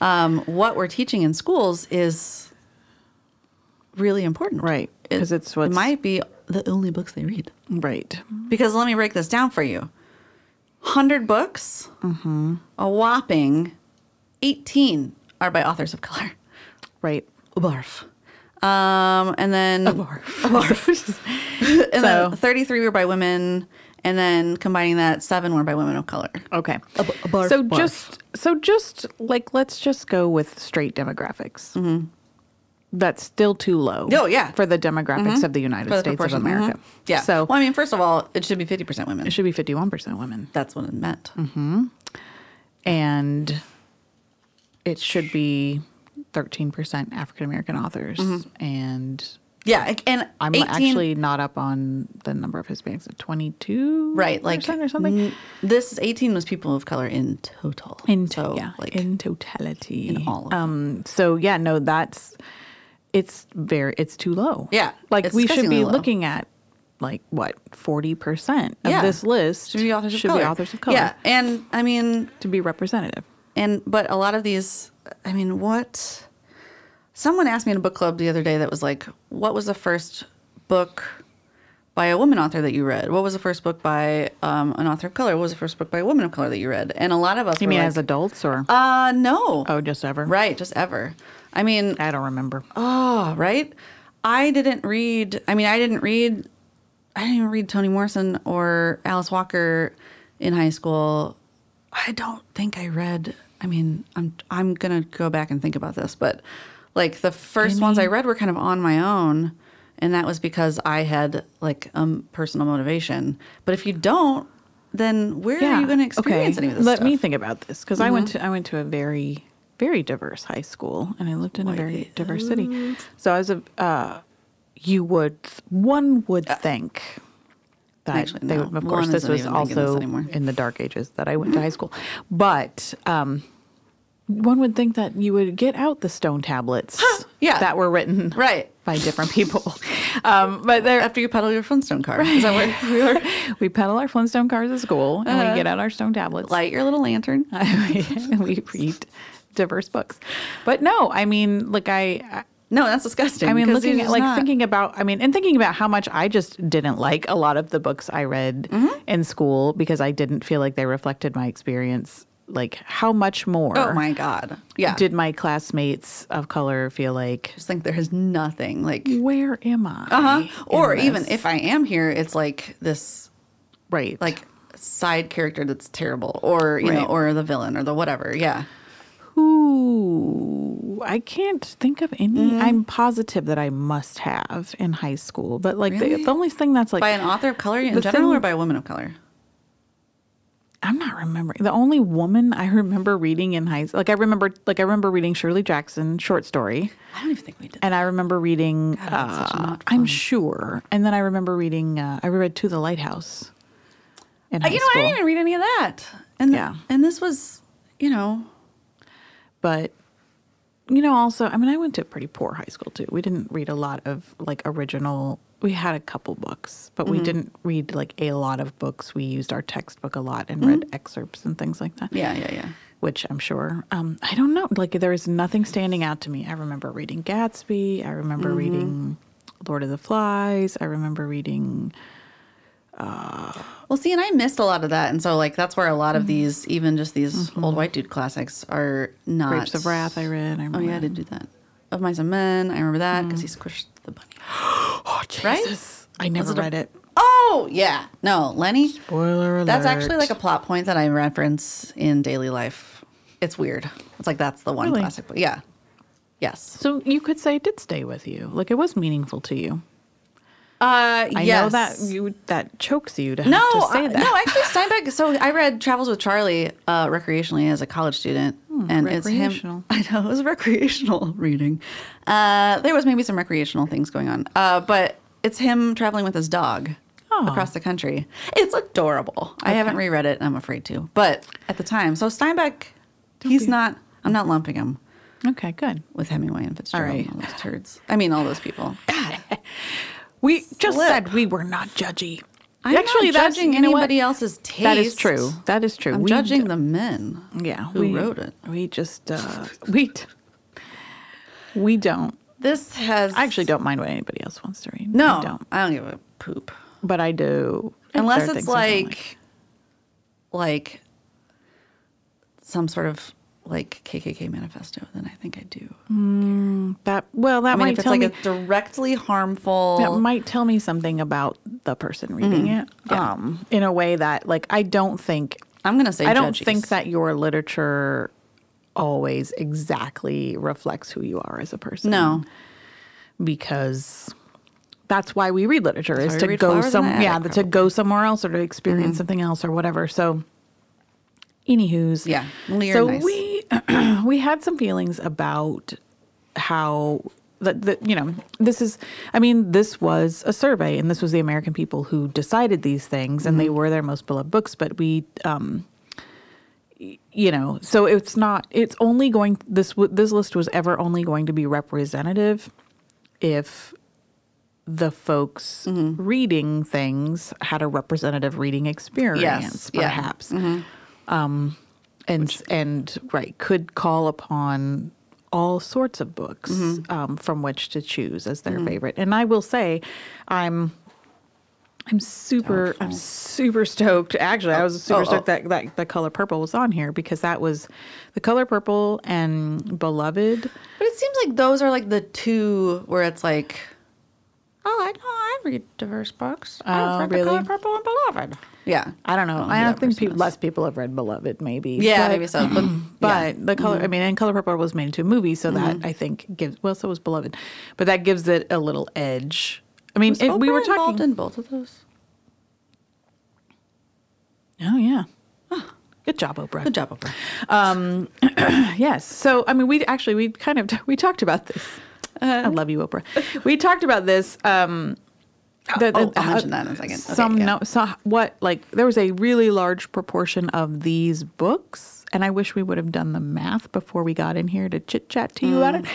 [SPEAKER 3] Um, what we're teaching in schools is really important.
[SPEAKER 2] Right, 'cause it's what's-
[SPEAKER 3] what
[SPEAKER 2] Mm-hmm.
[SPEAKER 3] might be the only books they read.
[SPEAKER 2] Right.
[SPEAKER 3] Because let me break this down for you 100 books,
[SPEAKER 2] Mm-hmm.
[SPEAKER 3] a whopping 18 are by authors of color.
[SPEAKER 2] Right.
[SPEAKER 3] Barf. Um, and
[SPEAKER 2] [laughs]
[SPEAKER 3] then
[SPEAKER 2] barf.
[SPEAKER 3] [laughs] and
[SPEAKER 2] So-
[SPEAKER 3] then 33 were by women, and then combining that, seven were by women of color.
[SPEAKER 2] Okay.
[SPEAKER 3] b- a barf,
[SPEAKER 2] so
[SPEAKER 3] barf.
[SPEAKER 2] just so just like let's just go with straight demographics. That's still too low.
[SPEAKER 3] Oh, yeah.
[SPEAKER 2] For the demographics of Mm-hmm. the Mm-hmm. United
[SPEAKER 3] For the
[SPEAKER 2] States of
[SPEAKER 3] proportion.
[SPEAKER 2] America.
[SPEAKER 3] Mhm. Yeah.
[SPEAKER 2] So
[SPEAKER 3] well, I mean, first of all, it should be 50% women.
[SPEAKER 2] it should Mm-hmm. be fifty one percent women.
[SPEAKER 3] That's what it meant.
[SPEAKER 2] And it should be thirteen percent African American authors.
[SPEAKER 3] Mm-hmm.
[SPEAKER 2] And
[SPEAKER 3] Yeah. And
[SPEAKER 2] I'm
[SPEAKER 3] 18,
[SPEAKER 2] actually not up on the number of Hispanics at twenty two
[SPEAKER 3] right, like,
[SPEAKER 2] or something.
[SPEAKER 3] n- this is 18 was people of color in total.
[SPEAKER 2] in
[SPEAKER 3] so,
[SPEAKER 2] yeah,
[SPEAKER 3] like,
[SPEAKER 2] in totality
[SPEAKER 3] in all of
[SPEAKER 2] um so yeah no that's it's very it's too low
[SPEAKER 3] Yeah,
[SPEAKER 2] like
[SPEAKER 3] it's
[SPEAKER 2] we should
[SPEAKER 3] disgustingly
[SPEAKER 2] be
[SPEAKER 3] low.
[SPEAKER 2] looking at like what 40% of
[SPEAKER 3] Yeah.
[SPEAKER 2] this list
[SPEAKER 3] should be authors of
[SPEAKER 2] should
[SPEAKER 3] color.
[SPEAKER 2] be authors of color
[SPEAKER 3] Yeah. And I mean,
[SPEAKER 2] to be representative
[SPEAKER 3] and but a lot of these i mean what someone asked me in a book club the other day that was like what was the first book by a woman author that you read what was the first book by um, an author of color what was the first book by a woman of color that you read and a lot of us
[SPEAKER 2] you
[SPEAKER 3] were
[SPEAKER 2] mean
[SPEAKER 3] like,
[SPEAKER 2] as adults or
[SPEAKER 3] uh no
[SPEAKER 2] oh just ever
[SPEAKER 3] right just ever i mean
[SPEAKER 2] i don't remember
[SPEAKER 3] oh right i didn't read i mean i didn't read i didn't even read toni morrison or alice walker in high school i don't think i read I mean, I'm I'm gonna go back and think about this, but like the first ones I read were kind of on my own, and that was because I had like um personal motivation. But if you don't, then where are you gonna experience any of this
[SPEAKER 2] Let
[SPEAKER 3] stuff? Mm-hmm.
[SPEAKER 2] me think about this because I went to I went to a very very diverse high school and I lived in a very diverse city. So I was a uh, you would one would think that
[SPEAKER 3] Uh, actually,
[SPEAKER 2] they
[SPEAKER 3] no.
[SPEAKER 2] would- of
[SPEAKER 3] One
[SPEAKER 2] course this
[SPEAKER 3] isn't
[SPEAKER 2] was
[SPEAKER 3] even thinking this
[SPEAKER 2] also
[SPEAKER 3] anymore. Mm-hmm.
[SPEAKER 2] in the dark ages that I went to high school, but um, one would think that you would get out the stone tablets
[SPEAKER 3] Yeah.
[SPEAKER 2] that were written
[SPEAKER 3] Right.
[SPEAKER 2] by different people, [laughs] um, but they're
[SPEAKER 3] [laughs] After you pedal your Flintstone car, is that where we were?
[SPEAKER 2] we pedal our Flintstone cars at school and
[SPEAKER 3] Uh-huh.
[SPEAKER 2] we get out our stone tablets
[SPEAKER 3] [laughs] Light your little lantern.
[SPEAKER 2] and [laughs] we read diverse books. But no, I mean, like I, I-
[SPEAKER 3] No, that's disgusting.
[SPEAKER 2] I mean,
[SPEAKER 3] 'cause
[SPEAKER 2] looking
[SPEAKER 3] you're
[SPEAKER 2] at
[SPEAKER 3] just
[SPEAKER 2] like
[SPEAKER 3] not-
[SPEAKER 2] thinking about, I mean, and thinking about how much I just didn't like a lot of the books I read
[SPEAKER 3] Mm-hmm.
[SPEAKER 2] in school because I didn't feel like they reflected my experience. Like how much more
[SPEAKER 3] Oh my god. Yeah.
[SPEAKER 2] did my classmates of color feel like?
[SPEAKER 3] just think there is nothing like
[SPEAKER 2] Where am I?
[SPEAKER 3] uh-huh. or
[SPEAKER 2] in
[SPEAKER 3] even
[SPEAKER 2] this?"
[SPEAKER 3] if I am here, it's like this
[SPEAKER 2] right,
[SPEAKER 3] like side character that's terrible or you know
[SPEAKER 2] Right.
[SPEAKER 3] or the villain or the whatever yeah
[SPEAKER 2] Ooh, I can't think of any.
[SPEAKER 3] Mm-hmm.
[SPEAKER 2] I'm positive that I must have in high school, but like the,
[SPEAKER 3] Really?
[SPEAKER 2] the only thing that's like
[SPEAKER 3] by an author of color in
[SPEAKER 2] The
[SPEAKER 3] general
[SPEAKER 2] thing-
[SPEAKER 3] or by a woman of color
[SPEAKER 2] I'm not remembering. The only woman I remember reading in high school, like I remember, like I remember reading Shirley Jackson short story,
[SPEAKER 3] i don't even think we did
[SPEAKER 2] and I remember reading.
[SPEAKER 3] that's such
[SPEAKER 2] uh,
[SPEAKER 3] not
[SPEAKER 2] I'm sure, and then I remember reading. Uh, I read To the Lighthouse in high
[SPEAKER 3] Uh, you know i
[SPEAKER 2] school,
[SPEAKER 3] didn't even read any of that and
[SPEAKER 2] Yeah.
[SPEAKER 3] and this was you know
[SPEAKER 2] but you know, also, I mean, I went to a pretty poor high school too. We didn't read a lot of like original. We had a couple books, but
[SPEAKER 3] Mm-hmm.
[SPEAKER 2] we didn't read like a lot of books. We used our textbook a lot and
[SPEAKER 3] Mm-hmm.
[SPEAKER 2] read excerpts and things like that.
[SPEAKER 3] yeah yeah yeah
[SPEAKER 2] which I'm sure. Um, I don't know. Like there is nothing standing out to me. I remember reading Gatsby. I remember
[SPEAKER 3] Mm-hmm.
[SPEAKER 2] reading Lord of the Flies. I remember reading.
[SPEAKER 3] well see and i missed a lot of that and so like that's where a lot
[SPEAKER 2] Mm.
[SPEAKER 3] of these even just these old white dude classics are not
[SPEAKER 2] Mm-hmm. Grapes of Wrath. I read. I remember.
[SPEAKER 3] oh yeah i did do that of mice and men i remember that because he squished the bunny
[SPEAKER 2] Oh
[SPEAKER 3] Right?
[SPEAKER 2] Jesus! I never
[SPEAKER 3] it a-
[SPEAKER 2] read it.
[SPEAKER 3] oh yeah no lenny
[SPEAKER 2] Spoiler alert.
[SPEAKER 3] That's actually like a plot point that I reference in daily life. It's weird. It's like that's the one
[SPEAKER 2] Really?
[SPEAKER 3] classic. But yeah. Yes.
[SPEAKER 2] So you could say it did stay with you. Like it was meaningful to you.
[SPEAKER 3] Uh,
[SPEAKER 2] I
[SPEAKER 3] yes.
[SPEAKER 2] know that you that chokes you to have
[SPEAKER 3] no,
[SPEAKER 2] to say
[SPEAKER 3] I-
[SPEAKER 2] that.
[SPEAKER 3] no, actually Steinbeck. So I read Travels with Charlie uh, recreationally as a college student, and it's him.
[SPEAKER 2] Hmm, recreational.
[SPEAKER 3] [laughs] I know it was recreational [laughs] reading. Uh, there was maybe some recreational things going on, uh, but it's him traveling with his dog
[SPEAKER 2] Oh.
[SPEAKER 3] across the country. It's adorable. I haven't reread it, and I'm afraid to. But at the time, so Steinbeck, he's
[SPEAKER 2] be-
[SPEAKER 3] not. I'm not lumping him.
[SPEAKER 2] okay, good.
[SPEAKER 3] with Hemingway and Fitzgerald
[SPEAKER 2] right.
[SPEAKER 3] and all those turds. I mean, all those
[SPEAKER 2] [laughs]
[SPEAKER 3] people.
[SPEAKER 2] We just
[SPEAKER 3] Slip.
[SPEAKER 2] said we were not judgy.
[SPEAKER 3] I'm
[SPEAKER 2] actually,
[SPEAKER 3] actually
[SPEAKER 2] that's-
[SPEAKER 3] judging
[SPEAKER 2] you know what?
[SPEAKER 3] anybody else's taste.
[SPEAKER 2] That is true. That is true.
[SPEAKER 3] I'm
[SPEAKER 2] We
[SPEAKER 3] judging the men.
[SPEAKER 2] Yeah,
[SPEAKER 3] who wrote it.
[SPEAKER 2] We just uh, [laughs] we d- we don't.
[SPEAKER 3] This has
[SPEAKER 2] I actually don't mind what anybody else wants to read.
[SPEAKER 3] No,
[SPEAKER 2] I don't.
[SPEAKER 3] give a poop
[SPEAKER 2] But I do. if there
[SPEAKER 3] unless
[SPEAKER 2] are
[SPEAKER 3] it's
[SPEAKER 2] things I don't
[SPEAKER 3] like, like some sort of like KKK manifesto. Then I think I do.
[SPEAKER 2] like. that. Well, that
[SPEAKER 3] I mean,
[SPEAKER 2] might
[SPEAKER 3] if it's
[SPEAKER 2] tell
[SPEAKER 3] like
[SPEAKER 2] me.
[SPEAKER 3] a directly harmful.
[SPEAKER 2] that might tell me something about the person reading it.
[SPEAKER 3] Mm-hmm. Yeah.
[SPEAKER 2] Um, in a way that, like, I don't think.
[SPEAKER 3] I'm gonna say
[SPEAKER 2] I don't
[SPEAKER 3] judgies.
[SPEAKER 2] think that your literature always exactly reflects who you are as a person.
[SPEAKER 3] No,
[SPEAKER 2] because that's why we read literature
[SPEAKER 3] why
[SPEAKER 2] is
[SPEAKER 3] we
[SPEAKER 2] to
[SPEAKER 3] read
[SPEAKER 2] go
[SPEAKER 3] Flowers in
[SPEAKER 2] some
[SPEAKER 3] the
[SPEAKER 2] yeah
[SPEAKER 3] Attic, Mm-hmm.
[SPEAKER 2] to go somewhere else or to experience something else or whatever. So, anywho's
[SPEAKER 3] Yeah. Well, you're
[SPEAKER 2] so
[SPEAKER 3] nice.
[SPEAKER 2] we [clears throat] we had some feelings about how that the, you know this is I mean this was a survey and this was the American people who decided these things and
[SPEAKER 3] Mm-hmm.
[SPEAKER 2] they were their most beloved books, but we um, you know so it's not it's only going this w- this list was ever only going to be representative if the folks reading things had a representative reading experience
[SPEAKER 3] yeah.
[SPEAKER 2] perhaps Um, and and right could call upon all sorts of books um, from which to choose as their favorite. And I will say, I'm I'm super I'm super stoked. Actually, I was super
[SPEAKER 3] oh,
[SPEAKER 2] stoked that, that the color purple was on here because that was the color purple and beloved.
[SPEAKER 3] but it seems like those are like the two where it's like. Oh, I know. I read diverse books.
[SPEAKER 2] Oh,
[SPEAKER 3] I've read The
[SPEAKER 2] really?
[SPEAKER 3] Color Purple and Beloved. Yeah.
[SPEAKER 2] I don't know.
[SPEAKER 3] don't
[SPEAKER 2] I
[SPEAKER 3] know
[SPEAKER 2] don't
[SPEAKER 3] that
[SPEAKER 2] think
[SPEAKER 3] person
[SPEAKER 2] people,
[SPEAKER 3] is.
[SPEAKER 2] less people have read Beloved, maybe.
[SPEAKER 3] Yeah,
[SPEAKER 2] But- [clears throat]
[SPEAKER 3] maybe [clears throat] so. But,
[SPEAKER 2] But the color, I mean, and Color Purple was made into a movie, so that I think gives well, so was Beloved, but that gives it a little edge. I mean, it, we were
[SPEAKER 3] involved
[SPEAKER 2] talking.
[SPEAKER 3] in both of those.
[SPEAKER 2] oh yeah, good job, Oprah.
[SPEAKER 3] Good job, Oprah.
[SPEAKER 2] Um, [clears throat] Yes. So I mean, we actually we kind of [laughs] we talked about this. I love you, Oprah. We talked about this. Um, the- the-
[SPEAKER 3] oh, I'll mention that in a second. Okay,
[SPEAKER 2] some
[SPEAKER 3] yeah.
[SPEAKER 2] no, so what like there was a really large proportion of these books, and I wish we would have done the math before we got in here to chit chat to you about
[SPEAKER 3] Mm.
[SPEAKER 2] it.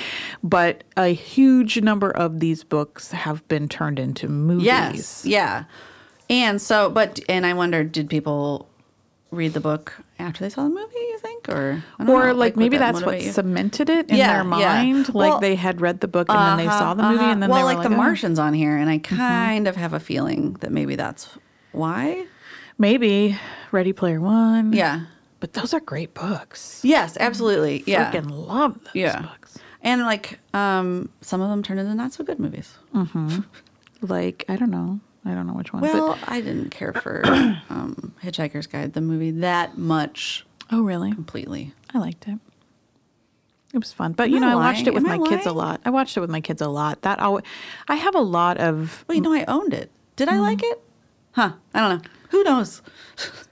[SPEAKER 2] But a huge number of these books have been turned into movies.
[SPEAKER 3] Yes. Yeah. And so, but, and I wonder, did people read the book after they saw the movie, you think? Or, I don't
[SPEAKER 2] Or
[SPEAKER 3] know,
[SPEAKER 2] like
[SPEAKER 3] would
[SPEAKER 2] maybe
[SPEAKER 3] that
[SPEAKER 2] that's what
[SPEAKER 3] motivate you?
[SPEAKER 2] cemented it in
[SPEAKER 3] Yeah,
[SPEAKER 2] their
[SPEAKER 3] yeah.
[SPEAKER 2] mind. Like
[SPEAKER 3] Well,
[SPEAKER 2] they had read the book and then they
[SPEAKER 3] Uh-huh,
[SPEAKER 2] saw the movie
[SPEAKER 3] uh-huh.
[SPEAKER 2] and then
[SPEAKER 3] well,
[SPEAKER 2] they were
[SPEAKER 3] like,
[SPEAKER 2] like,
[SPEAKER 3] The
[SPEAKER 2] "Oh." Mm-hmm.
[SPEAKER 3] Martians on here, and I kind of have a feeling that maybe that's why.
[SPEAKER 2] Maybe Ready Player One.
[SPEAKER 3] Yeah.
[SPEAKER 2] But those are great books.
[SPEAKER 3] Yes, absolutely. Yeah.
[SPEAKER 2] Freaking love those
[SPEAKER 3] yeah.
[SPEAKER 2] books.
[SPEAKER 3] And like um, some of them turned into not so good movies.
[SPEAKER 2] Oh, Like, I don't know. I don't know which one.
[SPEAKER 3] Well, I didn't care for um, Hitchhiker's Guide, the movie, that much
[SPEAKER 2] but, oh, really?
[SPEAKER 3] um, completely.
[SPEAKER 2] I liked it. It was fun. But,
[SPEAKER 3] Am
[SPEAKER 2] you know,
[SPEAKER 3] I
[SPEAKER 2] I watched it
[SPEAKER 3] lying?
[SPEAKER 2] with
[SPEAKER 3] Am I
[SPEAKER 2] my kids a
[SPEAKER 3] lying?
[SPEAKER 2] lot. I watched it with my kids a lot. That always, I have a lot of,
[SPEAKER 3] Wait, no, I owned it. Did I like
[SPEAKER 2] Mm-hmm.
[SPEAKER 3] it? Huh. I don't know. Who knows?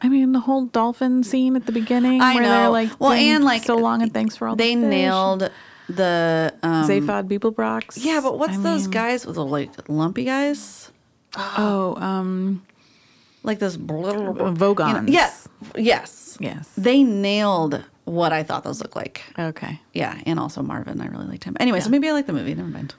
[SPEAKER 2] I mean, the whole dolphin scene at the beginning
[SPEAKER 3] I
[SPEAKER 2] where
[SPEAKER 3] know.
[SPEAKER 2] they're like,
[SPEAKER 3] well,
[SPEAKER 2] saying
[SPEAKER 3] and like
[SPEAKER 2] so long and thanks for all
[SPEAKER 3] they
[SPEAKER 2] the fish.
[SPEAKER 3] nailed the um,
[SPEAKER 2] Zaphod Beeblebrox.
[SPEAKER 3] Yeah, but what's
[SPEAKER 2] I
[SPEAKER 3] those
[SPEAKER 2] mean-
[SPEAKER 3] guys with the like lumpy guys?
[SPEAKER 2] Oh, um,
[SPEAKER 3] Like those little
[SPEAKER 2] Vogons.
[SPEAKER 3] yes. Yes.
[SPEAKER 2] Yes.
[SPEAKER 3] They nailed what I thought those looked like.
[SPEAKER 2] Okay.
[SPEAKER 3] Yeah, and also Marvin. I really liked him. Anyway, so maybe I like the movie. Never
[SPEAKER 2] [laughs]
[SPEAKER 3] mind.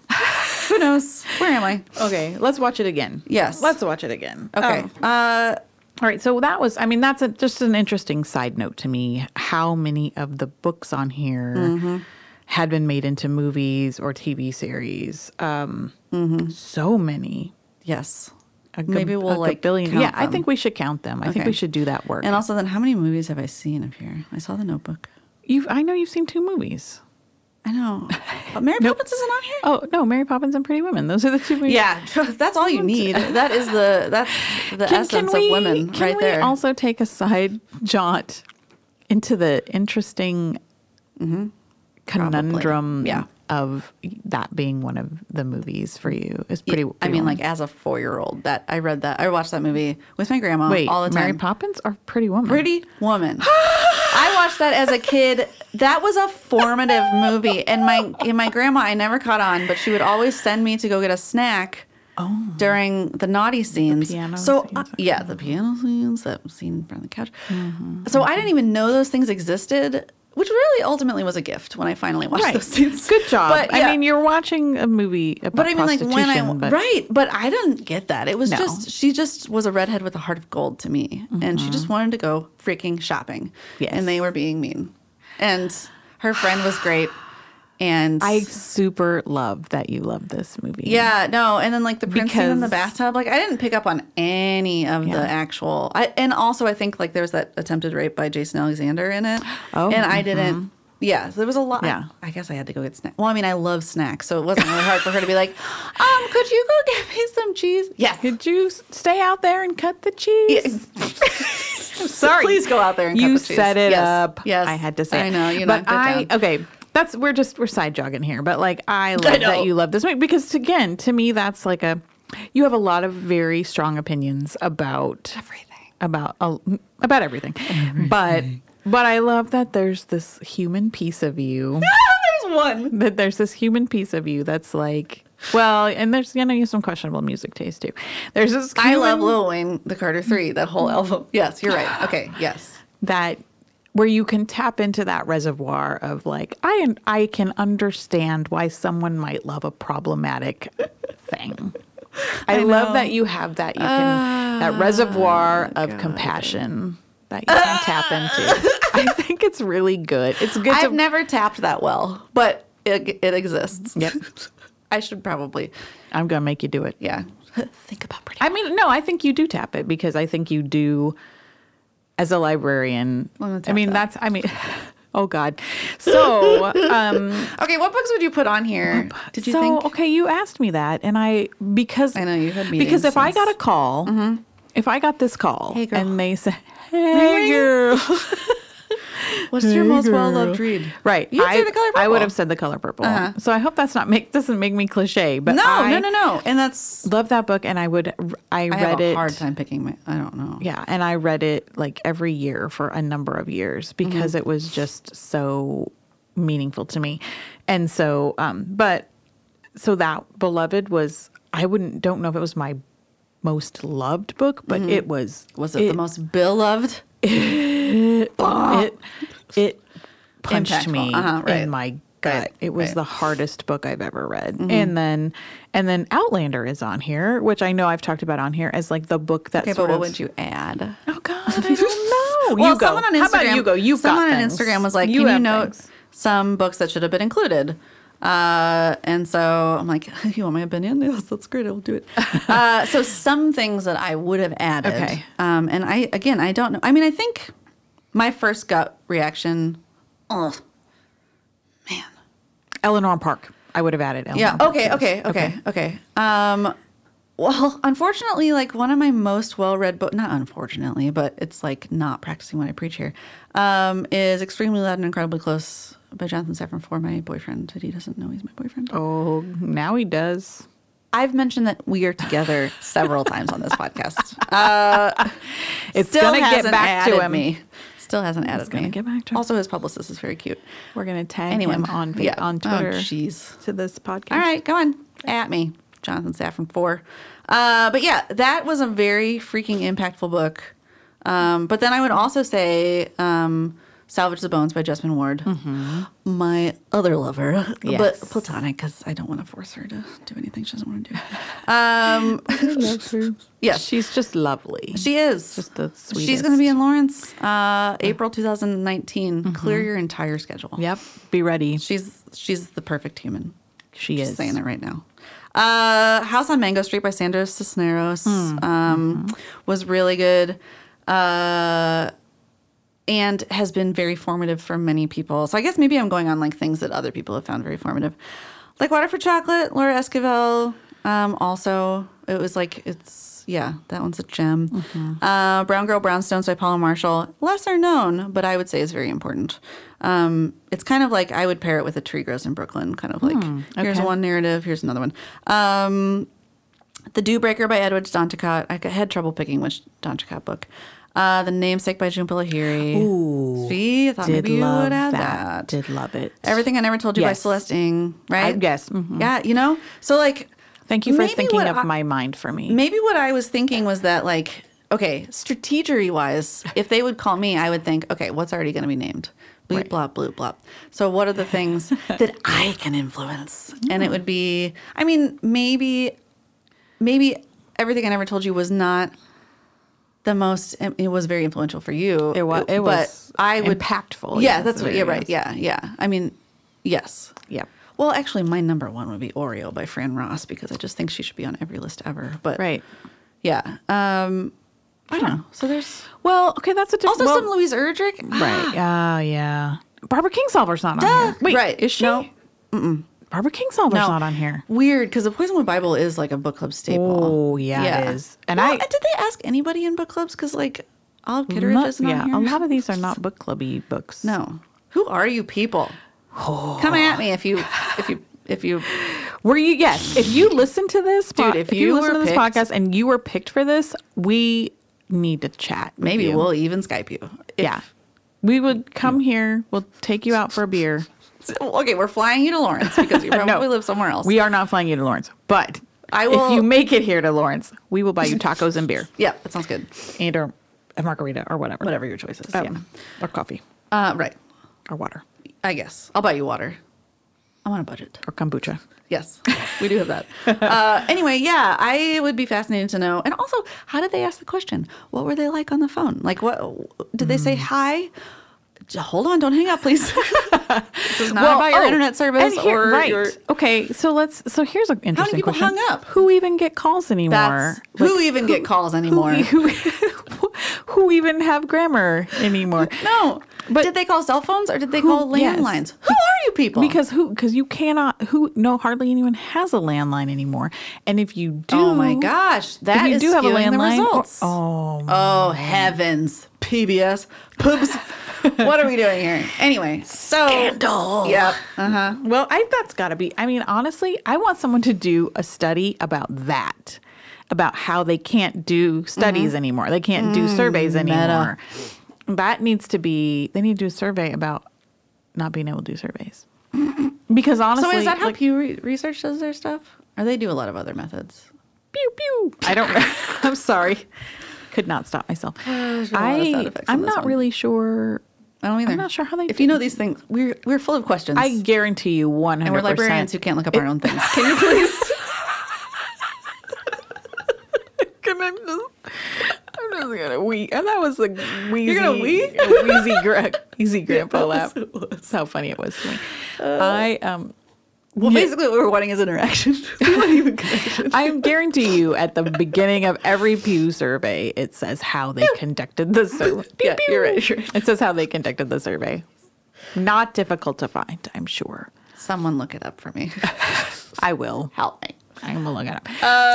[SPEAKER 3] Who knows? Where am I?
[SPEAKER 2] Okay, let's watch it again.
[SPEAKER 3] Yes.
[SPEAKER 2] Let's watch it again.
[SPEAKER 3] Okay. uh,
[SPEAKER 2] Um,
[SPEAKER 3] Oh.
[SPEAKER 2] all right, so that was, I mean, that's a, just an interesting side note to me how many of the books on here
[SPEAKER 3] Mm-hmm.
[SPEAKER 2] had been made into movies or TV series. Um, So many.
[SPEAKER 3] yes.
[SPEAKER 2] A g-
[SPEAKER 3] Mm-hmm. Maybe we'll
[SPEAKER 2] a
[SPEAKER 3] like
[SPEAKER 2] billion.
[SPEAKER 3] count
[SPEAKER 2] Yeah, I
[SPEAKER 3] them.
[SPEAKER 2] think we should count them. I think
[SPEAKER 3] Okay.
[SPEAKER 2] we should do that work.
[SPEAKER 3] And also, then how many movies have I seen of here? I saw The Notebook.
[SPEAKER 2] you've, I know you've seen two movies.
[SPEAKER 3] I know. [laughs] But Mary Poppins isn't on here.
[SPEAKER 2] Oh, no, Mary Poppins and Pretty Women. Those are the two movies.
[SPEAKER 3] Yeah, [laughs] that's all you need. That is the that's the essence of women
[SPEAKER 2] can
[SPEAKER 3] right
[SPEAKER 2] we
[SPEAKER 3] there.
[SPEAKER 2] also take a side jaunt into the interesting conundrum
[SPEAKER 3] Mm-hmm. Probably. Yeah.
[SPEAKER 2] of that being one of the movies for you? Is pretty.
[SPEAKER 3] I
[SPEAKER 2] Pretty
[SPEAKER 3] mean,
[SPEAKER 2] Woman.
[SPEAKER 3] like as a four year old, that I read that I watched that movie with my grandma
[SPEAKER 2] wait,
[SPEAKER 3] all the time.
[SPEAKER 2] Mary Poppins or Pretty Woman?
[SPEAKER 3] Pretty Woman. I watched that as a kid. That was a formative movie, and my and my grandma I never caught on, but she would always send me to go get a snack. During the naughty scenes,
[SPEAKER 2] Oh. piano
[SPEAKER 3] so
[SPEAKER 2] scenes
[SPEAKER 3] uh,
[SPEAKER 2] are
[SPEAKER 3] yeah, the piano scenes, that scene from the couch.
[SPEAKER 2] Mm-hmm.
[SPEAKER 3] So I didn't even know those things existed, which really ultimately was a gift when I finally watched
[SPEAKER 2] Right.
[SPEAKER 3] those scenes.
[SPEAKER 2] Good job.
[SPEAKER 3] But,
[SPEAKER 2] I
[SPEAKER 3] yeah.
[SPEAKER 2] mean, you're watching a movie about
[SPEAKER 3] But I mean, like when I
[SPEAKER 2] prostitution, but-
[SPEAKER 3] right, but I didn't get that. It was
[SPEAKER 2] No.
[SPEAKER 3] just she just was a redhead with a heart of gold to me, and she just wanted to go freaking shopping.
[SPEAKER 2] Mm-hmm. Yes.
[SPEAKER 3] and they were being mean, and her friend was great, and
[SPEAKER 2] I super love that you love this movie.
[SPEAKER 3] yeah no, and then like the prince scene in the
[SPEAKER 2] Because-
[SPEAKER 3] bathtub, like I didn't pick up on any of
[SPEAKER 2] Yeah.
[SPEAKER 3] the actual. I and also I think like there was that attempted rape by Jason Alexander in it,
[SPEAKER 2] Oh,
[SPEAKER 3] and I didn't. Yeah, there was a lot.
[SPEAKER 2] Yeah.
[SPEAKER 3] I guess I had to go get snacks. Well, I mean, I love snacks, so it wasn't really hard for her to be like, um, could you go [laughs] get me some cheese? Yes.
[SPEAKER 2] Could you s- stay out there and cut the cheese? [laughs]
[SPEAKER 3] [laughs] Sorry. Please go out there and
[SPEAKER 2] you
[SPEAKER 3] cut the cheese.
[SPEAKER 2] set it
[SPEAKER 3] Yes.
[SPEAKER 2] up.
[SPEAKER 3] Yes.
[SPEAKER 2] I had to say.
[SPEAKER 3] I
[SPEAKER 2] it.
[SPEAKER 3] know. You
[SPEAKER 2] but
[SPEAKER 3] knocked it
[SPEAKER 2] I
[SPEAKER 3] down.
[SPEAKER 2] okay. That's we're just we're side jogging here, but like
[SPEAKER 3] [laughs]
[SPEAKER 2] I love
[SPEAKER 3] know.
[SPEAKER 2] that you love this movie because again, to me, that's like a you have a lot of very strong opinions about
[SPEAKER 3] Everything.
[SPEAKER 2] about a, about everything, but but I love that there's this human piece of you
[SPEAKER 3] There's one.
[SPEAKER 2] that there's this human piece of you that's like. Well, and there's you know you have some questionable music taste too. There's this
[SPEAKER 3] I
[SPEAKER 2] human
[SPEAKER 3] love Lil Wayne, the Carter Three, that whole
[SPEAKER 2] Mm-hmm.
[SPEAKER 3] album. Yes, you're
[SPEAKER 2] [sighs]
[SPEAKER 3] right. Okay, yes.
[SPEAKER 2] that where you can tap into that reservoir of like I I can understand why someone might love a problematic
[SPEAKER 3] [laughs]
[SPEAKER 2] thing. I, love that you have that you can
[SPEAKER 3] Ah,
[SPEAKER 2] that reservoir of compassion that you can tap
[SPEAKER 3] [laughs]
[SPEAKER 2] into. I think it's really good. It's good
[SPEAKER 3] I've
[SPEAKER 2] to
[SPEAKER 3] never tapped that well, but it, it exists.
[SPEAKER 2] Yep.
[SPEAKER 3] [laughs] I should probably,
[SPEAKER 2] I'm going to make you do it. [laughs]
[SPEAKER 3] yeah. Think about pretty.
[SPEAKER 2] I mean, no, I think you do tap it because I think you do as a librarian.
[SPEAKER 3] I'm gonna
[SPEAKER 2] I
[SPEAKER 3] tap
[SPEAKER 2] mean, [laughs]
[SPEAKER 3] that.
[SPEAKER 2] that's I mean Oh God.
[SPEAKER 3] [laughs]
[SPEAKER 2] So um,
[SPEAKER 3] Okay, what books would you put on here? Did you
[SPEAKER 2] so,
[SPEAKER 3] think?
[SPEAKER 2] okay, you asked me that, and I because
[SPEAKER 3] I know, you've had meetings
[SPEAKER 2] because if I
[SPEAKER 3] since.
[SPEAKER 2] got a call, if I got this call,
[SPEAKER 3] Mm-hmm. Hey, girl.
[SPEAKER 2] and they said, "Hey, girl."
[SPEAKER 3] What's your most well-loved read?
[SPEAKER 2] Right.
[SPEAKER 3] You'd
[SPEAKER 2] I,
[SPEAKER 3] say The Color
[SPEAKER 2] I would
[SPEAKER 3] Purple.
[SPEAKER 2] have said the color purple.
[SPEAKER 3] Uh-huh.
[SPEAKER 2] So I hope that's not make doesn't make me cliche, but
[SPEAKER 3] No,
[SPEAKER 2] I
[SPEAKER 3] no, no, no. And that's
[SPEAKER 2] love that book and I would I,
[SPEAKER 3] I
[SPEAKER 2] read
[SPEAKER 3] have a
[SPEAKER 2] it
[SPEAKER 3] hard time picking my. I don't know.
[SPEAKER 2] yeah, and I read it like every year for a number of years
[SPEAKER 3] Mm-hmm.
[SPEAKER 2] because it was just so meaningful to me. And so um but so that Beloved was I wouldn't don't know if it was my most loved book, but it was
[SPEAKER 3] Mm-hmm. Was it, the most beloved?
[SPEAKER 2] it it punched
[SPEAKER 3] Impactful.
[SPEAKER 2] me
[SPEAKER 3] Uh-huh, right.
[SPEAKER 2] in my gut.
[SPEAKER 3] Right,
[SPEAKER 2] It was
[SPEAKER 3] right. Mm-hmm.
[SPEAKER 2] the hardest book I've ever read. And then and then Outlander is on here, which I know I've talked about on here as like the book that
[SPEAKER 3] Okay, but
[SPEAKER 2] sort
[SPEAKER 3] what
[SPEAKER 2] of
[SPEAKER 3] would you add?
[SPEAKER 2] Oh God, I [laughs] don't know.
[SPEAKER 3] well,
[SPEAKER 2] Oh, you go.
[SPEAKER 3] someone on Instagram.
[SPEAKER 2] How about you go? You've got
[SPEAKER 3] someone on
[SPEAKER 2] things.
[SPEAKER 3] Instagram was like, "Can you
[SPEAKER 2] have
[SPEAKER 3] note
[SPEAKER 2] things.
[SPEAKER 3] some books that should have been included?" Uh, and so I'm like, [laughs] "You want my opinion? Yes, that's great.
[SPEAKER 2] [laughs]
[SPEAKER 3] I'll do it." uh, so some things that I would have added.
[SPEAKER 2] Okay.
[SPEAKER 3] Um, and I again, I don't know. I mean, I think my first gut reaction, oh man,
[SPEAKER 2] Eleanor Park? I would have added Eleanor.
[SPEAKER 3] yeah.
[SPEAKER 2] Park
[SPEAKER 3] Okay.
[SPEAKER 2] to this.
[SPEAKER 3] Okay. Okay. Okay. Um, well, [laughs] unfortunately, like one of my most well-read book not unfortunately, but it's like not practicing what I preach here, um, is Extremely Loud and Incredibly Close by Jonathan Safran for my boyfriend that he doesn't know he's my boyfriend.
[SPEAKER 2] Oh, now he does.
[SPEAKER 3] I've mentioned that we are
[SPEAKER 2] [laughs]
[SPEAKER 3] together several times on this podcast. Uh,
[SPEAKER 2] It's
[SPEAKER 3] still
[SPEAKER 2] gonna get
[SPEAKER 3] hasn't
[SPEAKER 2] back to
[SPEAKER 3] added
[SPEAKER 2] him.
[SPEAKER 3] Me. Still hasn't added
[SPEAKER 2] gonna
[SPEAKER 3] me.
[SPEAKER 2] get back to him.
[SPEAKER 3] Also, his publicist is very cute.
[SPEAKER 2] We're gonna tag
[SPEAKER 3] Anyway,
[SPEAKER 2] him on fa-
[SPEAKER 3] yeah.
[SPEAKER 2] on
[SPEAKER 3] Oh,
[SPEAKER 2] Twitter.
[SPEAKER 3] jeez.
[SPEAKER 2] to this podcast.
[SPEAKER 3] All right, go on. At me, Jonathan Safran four. Uh, but yeah, that was a very freaking impactful book. Um, but then I would also say um, "Salvage the Bones" by Jessamine Ward, my other lover, but
[SPEAKER 2] Mm-hmm. Yes.
[SPEAKER 3] platonic because I don't want to force her to do anything she doesn't want to do. Um, yes,
[SPEAKER 2] She's just lovely.
[SPEAKER 3] she is.
[SPEAKER 2] Just the
[SPEAKER 3] She's going to be
[SPEAKER 2] sweetest.
[SPEAKER 3] in Lawrence, uh, April 2019.
[SPEAKER 2] Mm-hmm.
[SPEAKER 3] Clear your entire schedule.
[SPEAKER 2] Yep. Be ready.
[SPEAKER 3] She's she's the perfect human.
[SPEAKER 2] She
[SPEAKER 3] Just
[SPEAKER 2] is.
[SPEAKER 3] saying it right now. Uh, House on Mango Street by Sandra Cisneros
[SPEAKER 2] Hmm.
[SPEAKER 3] um,
[SPEAKER 2] Mm-hmm.
[SPEAKER 3] was really good, uh, and has been very formative for many people. So I guess maybe I'm going on like things that other people have found very formative, like Water for Chocolate, Laura Esquivel. Um, also, it was like it's yeah, that one's a gem. Uh, Brown Girl Brownstones by Paula Marshall, lesser known, but I would say is very important. Um, it's kind of like I would pair it with a tree grows in Brooklyn, kind of like here's
[SPEAKER 2] okay.
[SPEAKER 3] one narrative. Here's another one. Um, the Dew Breaker by Edward Donticott. I had trouble picking which Donticott book. Uh, the Namesake by June Palahiri.
[SPEAKER 2] Ooh,
[SPEAKER 3] see, I thought
[SPEAKER 2] Did
[SPEAKER 3] maybe you
[SPEAKER 2] love
[SPEAKER 3] would add
[SPEAKER 2] that.
[SPEAKER 3] that.
[SPEAKER 2] Did love it.
[SPEAKER 3] Everything I Never Told You by
[SPEAKER 2] Yes.
[SPEAKER 3] Celeste Ng, right?
[SPEAKER 2] yes, mhm.
[SPEAKER 3] Yeah, you know? So, like,
[SPEAKER 2] Thank you for
[SPEAKER 3] maybe
[SPEAKER 2] thinking
[SPEAKER 3] what
[SPEAKER 2] of
[SPEAKER 3] I-
[SPEAKER 2] my mind for me.
[SPEAKER 3] Maybe what I was thinking was that, like, okay, strategery wise, if they would call me, I would think, okay, what's already going to be named? Bleep,
[SPEAKER 2] Right.
[SPEAKER 3] blop, bloop, blop. So, what are the
[SPEAKER 2] [laughs]
[SPEAKER 3] things that I can influence? And it would be, I mean, maybe, maybe everything I never told you was not the most, um, it was very influential for you.
[SPEAKER 2] It was. It
[SPEAKER 3] but
[SPEAKER 2] was.
[SPEAKER 3] I would,
[SPEAKER 2] impactful.
[SPEAKER 3] yeah, that's what,
[SPEAKER 2] it
[SPEAKER 3] yeah, right.
[SPEAKER 2] is.
[SPEAKER 3] Yeah, yeah. I mean, yes.
[SPEAKER 2] Yep.
[SPEAKER 3] Well, actually, my number one would be Oreo by Fran Ross because I just think she should be on every list ever. But
[SPEAKER 2] Right.
[SPEAKER 3] yeah, um, I don't know. So there's
[SPEAKER 2] Well, okay, that's a different.
[SPEAKER 3] also
[SPEAKER 2] well,
[SPEAKER 3] some Louise Erdrich.
[SPEAKER 2] Right. Oh, yeah. Barbara Kingsolver's not on
[SPEAKER 3] Duh.
[SPEAKER 2] here. Wait,
[SPEAKER 3] Right.
[SPEAKER 2] is she?
[SPEAKER 3] No.
[SPEAKER 2] Barbara Kingsolver's
[SPEAKER 3] No,
[SPEAKER 2] not on here.
[SPEAKER 3] Weird, because the Poisonwood Bible is like a book club staple.
[SPEAKER 2] Oh, yeah, it is. And
[SPEAKER 3] And well,
[SPEAKER 2] I-
[SPEAKER 3] I did they ask anybody in book clubs? Because like Olive Kitteridge
[SPEAKER 2] Not-
[SPEAKER 3] isn't
[SPEAKER 2] yeah,
[SPEAKER 3] on here.
[SPEAKER 2] a lot of these are not book clubby books.
[SPEAKER 3] no. Who are you people?
[SPEAKER 2] Oh.
[SPEAKER 3] Come at me if you if you if you
[SPEAKER 2] Were you? Yes. If you listen to this, po-
[SPEAKER 3] Dude, if you
[SPEAKER 2] listen
[SPEAKER 3] were
[SPEAKER 2] to this
[SPEAKER 3] picked-
[SPEAKER 2] podcast and you were picked for this, we need to chat. with
[SPEAKER 3] maybe
[SPEAKER 2] you.
[SPEAKER 3] we'll even Skype you. If-
[SPEAKER 2] yeah. We would come here. We'll take you out for a beer.
[SPEAKER 3] Okay, we're flying you to Lawrence because
[SPEAKER 2] [laughs]
[SPEAKER 3] you probably live somewhere else.
[SPEAKER 2] We are not flying you to Lawrence, but
[SPEAKER 3] I
[SPEAKER 2] If
[SPEAKER 3] will-
[SPEAKER 2] you make it here to Lawrence, we will buy
[SPEAKER 3] [laughs]
[SPEAKER 2] you tacos and beer,
[SPEAKER 3] Yeah, that sounds good.
[SPEAKER 2] and or a margarita or whatever,
[SPEAKER 3] Whatever your choice is.
[SPEAKER 2] um, or coffee
[SPEAKER 3] yeah. Uh, right.
[SPEAKER 2] or water
[SPEAKER 3] I guess. I'll buy you water. I'm on a budget.
[SPEAKER 2] or kombucha.
[SPEAKER 3] Yes, we do
[SPEAKER 2] [laughs]
[SPEAKER 3] have that. uh, anyway, yeah, I would be fascinated to know. And also, how did they ask the question? What were they like on the phone? Like, what did they
[SPEAKER 2] Hmm.
[SPEAKER 3] say? Hi. J- Hold on, don't hang
[SPEAKER 2] [laughs]
[SPEAKER 3] up, please. this is not about your
[SPEAKER 2] oh,
[SPEAKER 3] internet service
[SPEAKER 2] and here-
[SPEAKER 3] or
[SPEAKER 2] right.
[SPEAKER 3] your.
[SPEAKER 2] Okay, so let's. So here's an interesting
[SPEAKER 3] people
[SPEAKER 2] question.
[SPEAKER 3] hung up?
[SPEAKER 2] Who even get calls anymore?
[SPEAKER 3] That's, who
[SPEAKER 2] [laughs]
[SPEAKER 3] even [laughs] get calls anymore? [laughs]
[SPEAKER 2] who, who even have grammar anymore?
[SPEAKER 3] no,
[SPEAKER 2] [laughs] But-
[SPEAKER 3] did they call cell phones or did they call
[SPEAKER 2] yes.
[SPEAKER 3] landlines? Who are you people?
[SPEAKER 2] Because who? Because you cannot. Who? No, hardly anyone has a landline anymore. And if you do,
[SPEAKER 3] oh my gosh,
[SPEAKER 2] if
[SPEAKER 3] that
[SPEAKER 2] you
[SPEAKER 3] is
[SPEAKER 2] do have a
[SPEAKER 3] skewing
[SPEAKER 2] landline,
[SPEAKER 3] The
[SPEAKER 2] or-
[SPEAKER 3] results.
[SPEAKER 2] oh,
[SPEAKER 3] Oh heavens, PBS, poops. [laughs] what are we doing here? Anyway, so
[SPEAKER 2] Scandal.
[SPEAKER 3] Yep. Uh huh.
[SPEAKER 2] Well, I that's got to be. I mean, honestly, I want someone to do a study about that, about how they can't do studies
[SPEAKER 3] Mm-hmm.
[SPEAKER 2] anymore. They can't do
[SPEAKER 3] Mm,
[SPEAKER 2] surveys anymore. That needs to be. They need to do a survey about not being able to do surveys. Because honestly,
[SPEAKER 3] So is that how
[SPEAKER 2] like,
[SPEAKER 3] Pew Re- Research does their stuff? Or they do a lot of other methods?
[SPEAKER 2] pew pew. I don't. [laughs] I'm sorry. Could not stop
[SPEAKER 3] [sighs]
[SPEAKER 2] myself.
[SPEAKER 3] a lot of sound
[SPEAKER 2] I
[SPEAKER 3] effects on
[SPEAKER 2] I'm
[SPEAKER 3] this
[SPEAKER 2] not
[SPEAKER 3] one.
[SPEAKER 2] really sure.
[SPEAKER 3] I don't either.
[SPEAKER 2] I'm not sure how they
[SPEAKER 3] If
[SPEAKER 2] do
[SPEAKER 3] you know these things, we're we're full of questions.
[SPEAKER 2] I guarantee you 100.
[SPEAKER 3] and we're librarians who can't look up
[SPEAKER 2] [laughs]
[SPEAKER 3] our own things. Can you please?
[SPEAKER 2] Can I just? I'm just gonna wee. And that was a wheezy,
[SPEAKER 3] gonna wee?
[SPEAKER 2] a wheezy, gra-
[SPEAKER 3] [laughs]
[SPEAKER 2] wheezy grandpa laugh.
[SPEAKER 3] it Uh.
[SPEAKER 2] That's how funny it was to me. I um,
[SPEAKER 3] Well,
[SPEAKER 2] Yeah.
[SPEAKER 3] basically, what we're wanting is interaction. [laughs] We want
[SPEAKER 2] [laughs]
[SPEAKER 3] human connection.
[SPEAKER 2] I guarantee you, at the beginning of every Pew survey, it says how they conducted the survey.
[SPEAKER 3] [laughs] Yeah, you're right, you're right.
[SPEAKER 2] It says how they conducted the survey. Not difficult to find, I'm sure.
[SPEAKER 3] Someone look it up for me.
[SPEAKER 2] I will.
[SPEAKER 3] Help me. Uh.
[SPEAKER 2] I'm gonna look it up.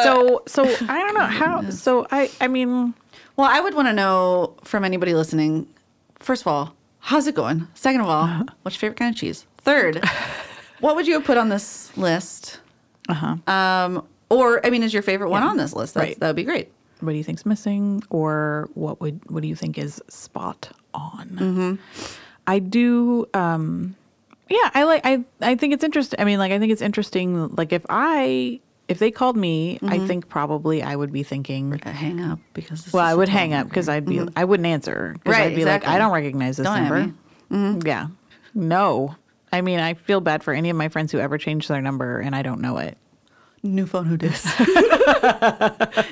[SPEAKER 2] so, so I don't know how. So I, I mean,
[SPEAKER 3] Well, I would want to know from anybody listening. First of all, how's it going? Second of
[SPEAKER 2] [laughs]
[SPEAKER 3] all, what's your favorite kind of cheese? Third, what would you have put on this list?
[SPEAKER 2] uh huh.
[SPEAKER 3] Um, or I mean, is your favorite one on this list? That's,
[SPEAKER 2] Right.
[SPEAKER 3] That would be great.
[SPEAKER 2] what do you think's missing or what would what do you think is spot on
[SPEAKER 3] Mm-hmm.
[SPEAKER 2] i do um yeah i like i i think it's interesting i mean like i think it's interesting like if i if they called me i think probably i would be thinking
[SPEAKER 3] Uh, hang up because this
[SPEAKER 2] well
[SPEAKER 3] Mm-hmm. is
[SPEAKER 2] i
[SPEAKER 3] a
[SPEAKER 2] would
[SPEAKER 3] call.
[SPEAKER 2] hang up because i'd be i wouldn't answer 'cause
[SPEAKER 3] Right,
[SPEAKER 2] i'd be like
[SPEAKER 3] exactly.
[SPEAKER 2] i don't recognize this
[SPEAKER 3] Don't at
[SPEAKER 2] number
[SPEAKER 3] me. Mm-hmm.
[SPEAKER 2] yeah no i mean i feel bad for any of my friends who ever changed their number and i don't know it
[SPEAKER 3] new phone. Who
[SPEAKER 2] [laughs]
[SPEAKER 3] dis? [laughs]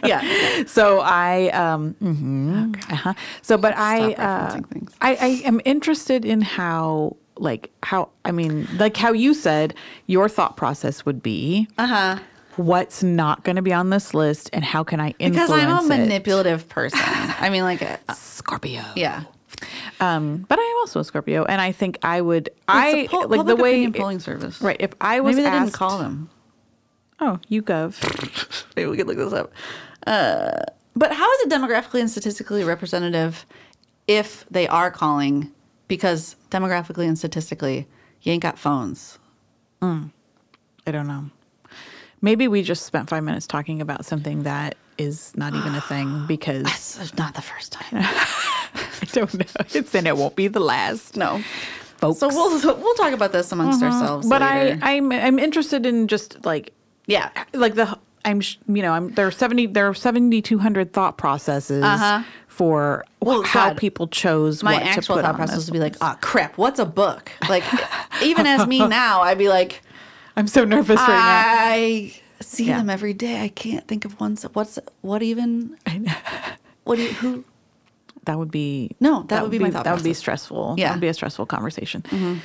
[SPEAKER 3] yeah.
[SPEAKER 2] so I, um, mhm, uh-huh. so but I, uh,
[SPEAKER 3] referencing things.
[SPEAKER 2] I, I am interested in how, like, how I mean, like how you said your thought process would be.
[SPEAKER 3] Uh huh.
[SPEAKER 2] What's not going to be on this list, and how can I influence
[SPEAKER 3] Because I'm a
[SPEAKER 2] it?
[SPEAKER 3] manipulative person. I
[SPEAKER 2] [laughs]
[SPEAKER 3] mean, like, uh,
[SPEAKER 2] Scorpio.
[SPEAKER 3] yeah.
[SPEAKER 2] Um, but I am also a Scorpio, and I think I would. I
[SPEAKER 3] It's a pol-
[SPEAKER 2] like the
[SPEAKER 3] public
[SPEAKER 2] way
[SPEAKER 3] opinion polling service.
[SPEAKER 2] Right. If I was
[SPEAKER 3] Maybe they
[SPEAKER 2] asked,
[SPEAKER 3] didn't call them.
[SPEAKER 2] Oh, YouGov.
[SPEAKER 3] [laughs] Maybe we could look this up. Uh, but how is it demographically and statistically representative if they are calling? Because demographically and statistically, you ain't got phones.
[SPEAKER 2] I don't know. Maybe we just spent five minutes talking about something that is not even a
[SPEAKER 3] [sighs]
[SPEAKER 2] thing because
[SPEAKER 3] It's not the
[SPEAKER 2] [laughs]
[SPEAKER 3] first
[SPEAKER 2] I
[SPEAKER 3] time.
[SPEAKER 2] don't know. [laughs] It's and it won't be the last,
[SPEAKER 3] No.
[SPEAKER 2] folks.
[SPEAKER 3] So we'll we'll talk about this amongst ourselves.
[SPEAKER 2] Mm-hmm. but
[SPEAKER 3] later.
[SPEAKER 2] I, I'm I'm interested in just like
[SPEAKER 3] yeah.
[SPEAKER 2] like the I'm sh- you know I'm there are seventy there are seventy two hundred thought processes
[SPEAKER 3] Uh-huh.
[SPEAKER 2] for
[SPEAKER 3] Well,
[SPEAKER 2] how
[SPEAKER 3] God.
[SPEAKER 2] people chose
[SPEAKER 3] My
[SPEAKER 2] what to
[SPEAKER 3] actual
[SPEAKER 2] put
[SPEAKER 3] thought
[SPEAKER 2] on
[SPEAKER 3] process
[SPEAKER 2] this.
[SPEAKER 3] would be like, oh crap, what's a book? Like, even as
[SPEAKER 2] [laughs]
[SPEAKER 3] me now, I'd be like,
[SPEAKER 2] I'm so nervous right
[SPEAKER 3] "Ah." I see
[SPEAKER 2] Yeah.
[SPEAKER 3] them every day. I can't think of one. What's what even?
[SPEAKER 2] now.
[SPEAKER 3] What do you, who?
[SPEAKER 2] that would be
[SPEAKER 3] No, that would be my thought
[SPEAKER 2] that would be
[SPEAKER 3] process.
[SPEAKER 2] stressful.
[SPEAKER 3] Yeah. Mm-hmm.
[SPEAKER 2] that would be a stressful conversation. Um,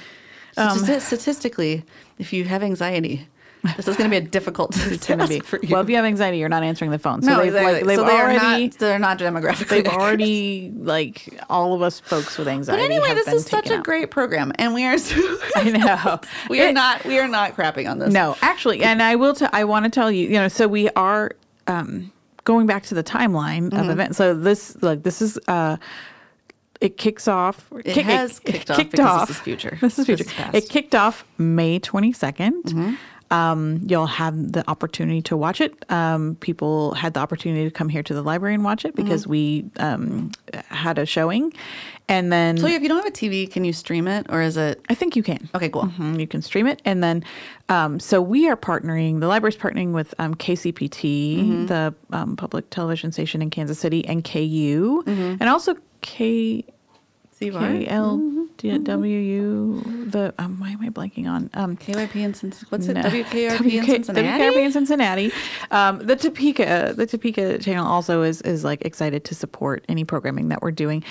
[SPEAKER 3] Stati- statistically, if you have anxiety, this is going to be
[SPEAKER 2] [laughs]
[SPEAKER 3] a difficult
[SPEAKER 2] It's gonna
[SPEAKER 3] task
[SPEAKER 2] be
[SPEAKER 3] for you.
[SPEAKER 2] well if you have anxiety, you're not answering the phone. So
[SPEAKER 3] no,
[SPEAKER 2] they've
[SPEAKER 3] exactly.
[SPEAKER 2] like they've
[SPEAKER 3] so they are
[SPEAKER 2] already
[SPEAKER 3] not. They're not demographically.
[SPEAKER 2] they've
[SPEAKER 3] accurate.
[SPEAKER 2] already like all of us folks with anxiety.
[SPEAKER 3] [laughs] But anyway,
[SPEAKER 2] have
[SPEAKER 3] this
[SPEAKER 2] been
[SPEAKER 3] is such
[SPEAKER 2] taken
[SPEAKER 3] a
[SPEAKER 2] out.
[SPEAKER 3] great program, and we are. [laughs] So,
[SPEAKER 2] I know
[SPEAKER 3] [laughs] we are
[SPEAKER 2] It-
[SPEAKER 3] not. We are not crapping on this. [laughs]
[SPEAKER 2] No, actually, and I will. T- I want to tell you. You know, so we are um, going back to the timeline
[SPEAKER 3] Mm-hmm.
[SPEAKER 2] of events. So this, like, this is. Uh, it kicks off.
[SPEAKER 3] It has kicked off because this is future.
[SPEAKER 2] [laughs] This is
[SPEAKER 3] This
[SPEAKER 2] future.
[SPEAKER 3] is past. Mm-hmm.
[SPEAKER 2] it kicked off May twenty Um, you'll have the opportunity to watch it. Um, people had the opportunity to come here to the library and watch it because
[SPEAKER 3] Mm-hmm.
[SPEAKER 2] we um, had a showing, and then
[SPEAKER 3] So if you don't have a TV, can you stream it, or is it?
[SPEAKER 2] I think you can.
[SPEAKER 3] Okay, cool.
[SPEAKER 2] Mhm, You can stream it. And then, um, so we are partnering, the library's partnering with um, KCPT,
[SPEAKER 3] Mm-hmm.
[SPEAKER 2] the um, public television station in Kansas City, and KU,
[SPEAKER 3] Mm-hmm.
[SPEAKER 2] and also K.
[SPEAKER 3] CVR? Mm-hmm.
[SPEAKER 2] KLWU, the um, why am I blanking on um,
[SPEAKER 3] KYP in Cincinnati. What's it?
[SPEAKER 2] no. [laughs]
[SPEAKER 3] WKRP in
[SPEAKER 2] WK
[SPEAKER 3] Cincinnati.
[SPEAKER 2] WKRP in Cincinnati. Um, the Topeka, the Topeka channel also is is like excited to support any programming that we're doing,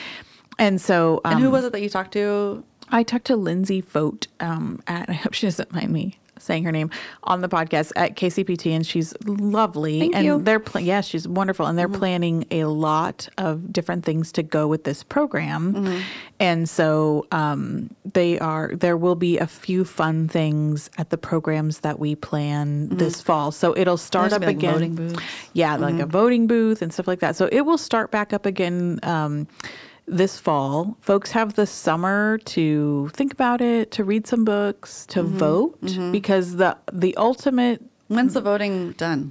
[SPEAKER 2] and so um,
[SPEAKER 3] and who was it that you talked to?
[SPEAKER 2] [laughs] I talked to Lindsay Fote um, at, I hope she doesn't mind me saying her name on the podcast at KCPT, and she's lovely.
[SPEAKER 3] Thank
[SPEAKER 2] and
[SPEAKER 3] you. Mm-hmm.
[SPEAKER 2] they're pla- yeah, she's wonderful, and they're planning a lot of different things to go with this program,
[SPEAKER 3] Mm-hmm.
[SPEAKER 2] and so um, they are. There will be a few fun things at the programs that we plan this fall. So it'll start
[SPEAKER 3] just
[SPEAKER 2] up
[SPEAKER 3] Mm-hmm. be,
[SPEAKER 2] again.
[SPEAKER 3] like, voting booths.
[SPEAKER 2] Yeah, like a voting booth and stuff like that. So it will start back up again um, this fall. Folks have the summer to think about it, to read some books, to vote, because the the ultimate.
[SPEAKER 3] When's
[SPEAKER 2] Mm.
[SPEAKER 3] the voting
[SPEAKER 2] [laughs]
[SPEAKER 3] done?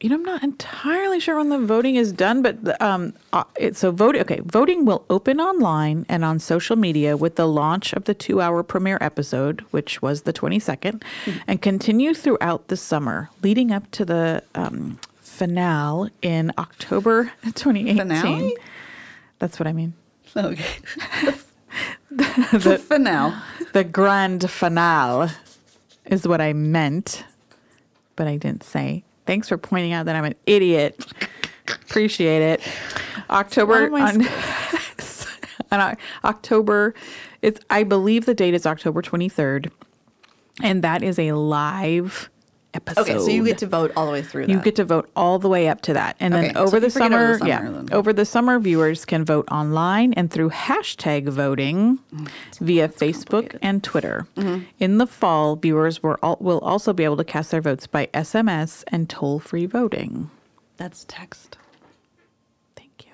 [SPEAKER 2] You know, I'm not entirely sure when the voting is done, but the, um, uh, it, so vote. Okay, voting will open online and on social media with the launch of the two-hour premiere episode, which was the 22nd, and continue throughout the summer, leading up to the um, finale in October 2018.
[SPEAKER 3] Finale?
[SPEAKER 2] That's what I mean.
[SPEAKER 3] Okay.
[SPEAKER 2] [laughs] the,
[SPEAKER 3] For now.
[SPEAKER 2] the grand finale is what I meant, but I didn't say. Thanks for pointing out that I'm an idiot. Appreciate it. October
[SPEAKER 3] What am
[SPEAKER 2] on, [laughs] on Oc- October, it's I believe the date is October 23rd, and that is a live episode.
[SPEAKER 3] Okay, so you get to vote all the way through.
[SPEAKER 2] You
[SPEAKER 3] that.
[SPEAKER 2] get to vote all the way up to that. And
[SPEAKER 3] Okay,
[SPEAKER 2] then
[SPEAKER 3] so
[SPEAKER 2] over,
[SPEAKER 3] if
[SPEAKER 2] the
[SPEAKER 3] you forget over
[SPEAKER 2] summer,
[SPEAKER 3] the summer,
[SPEAKER 2] yeah,
[SPEAKER 3] then-
[SPEAKER 2] over the summer, viewers can vote online and through hashtag voting via Facebook and Twitter.
[SPEAKER 3] Mm-hmm.
[SPEAKER 2] In the fall, viewers were all, will also be able to cast their votes by SMS and toll free voting.
[SPEAKER 3] That's text.
[SPEAKER 2] Thank you.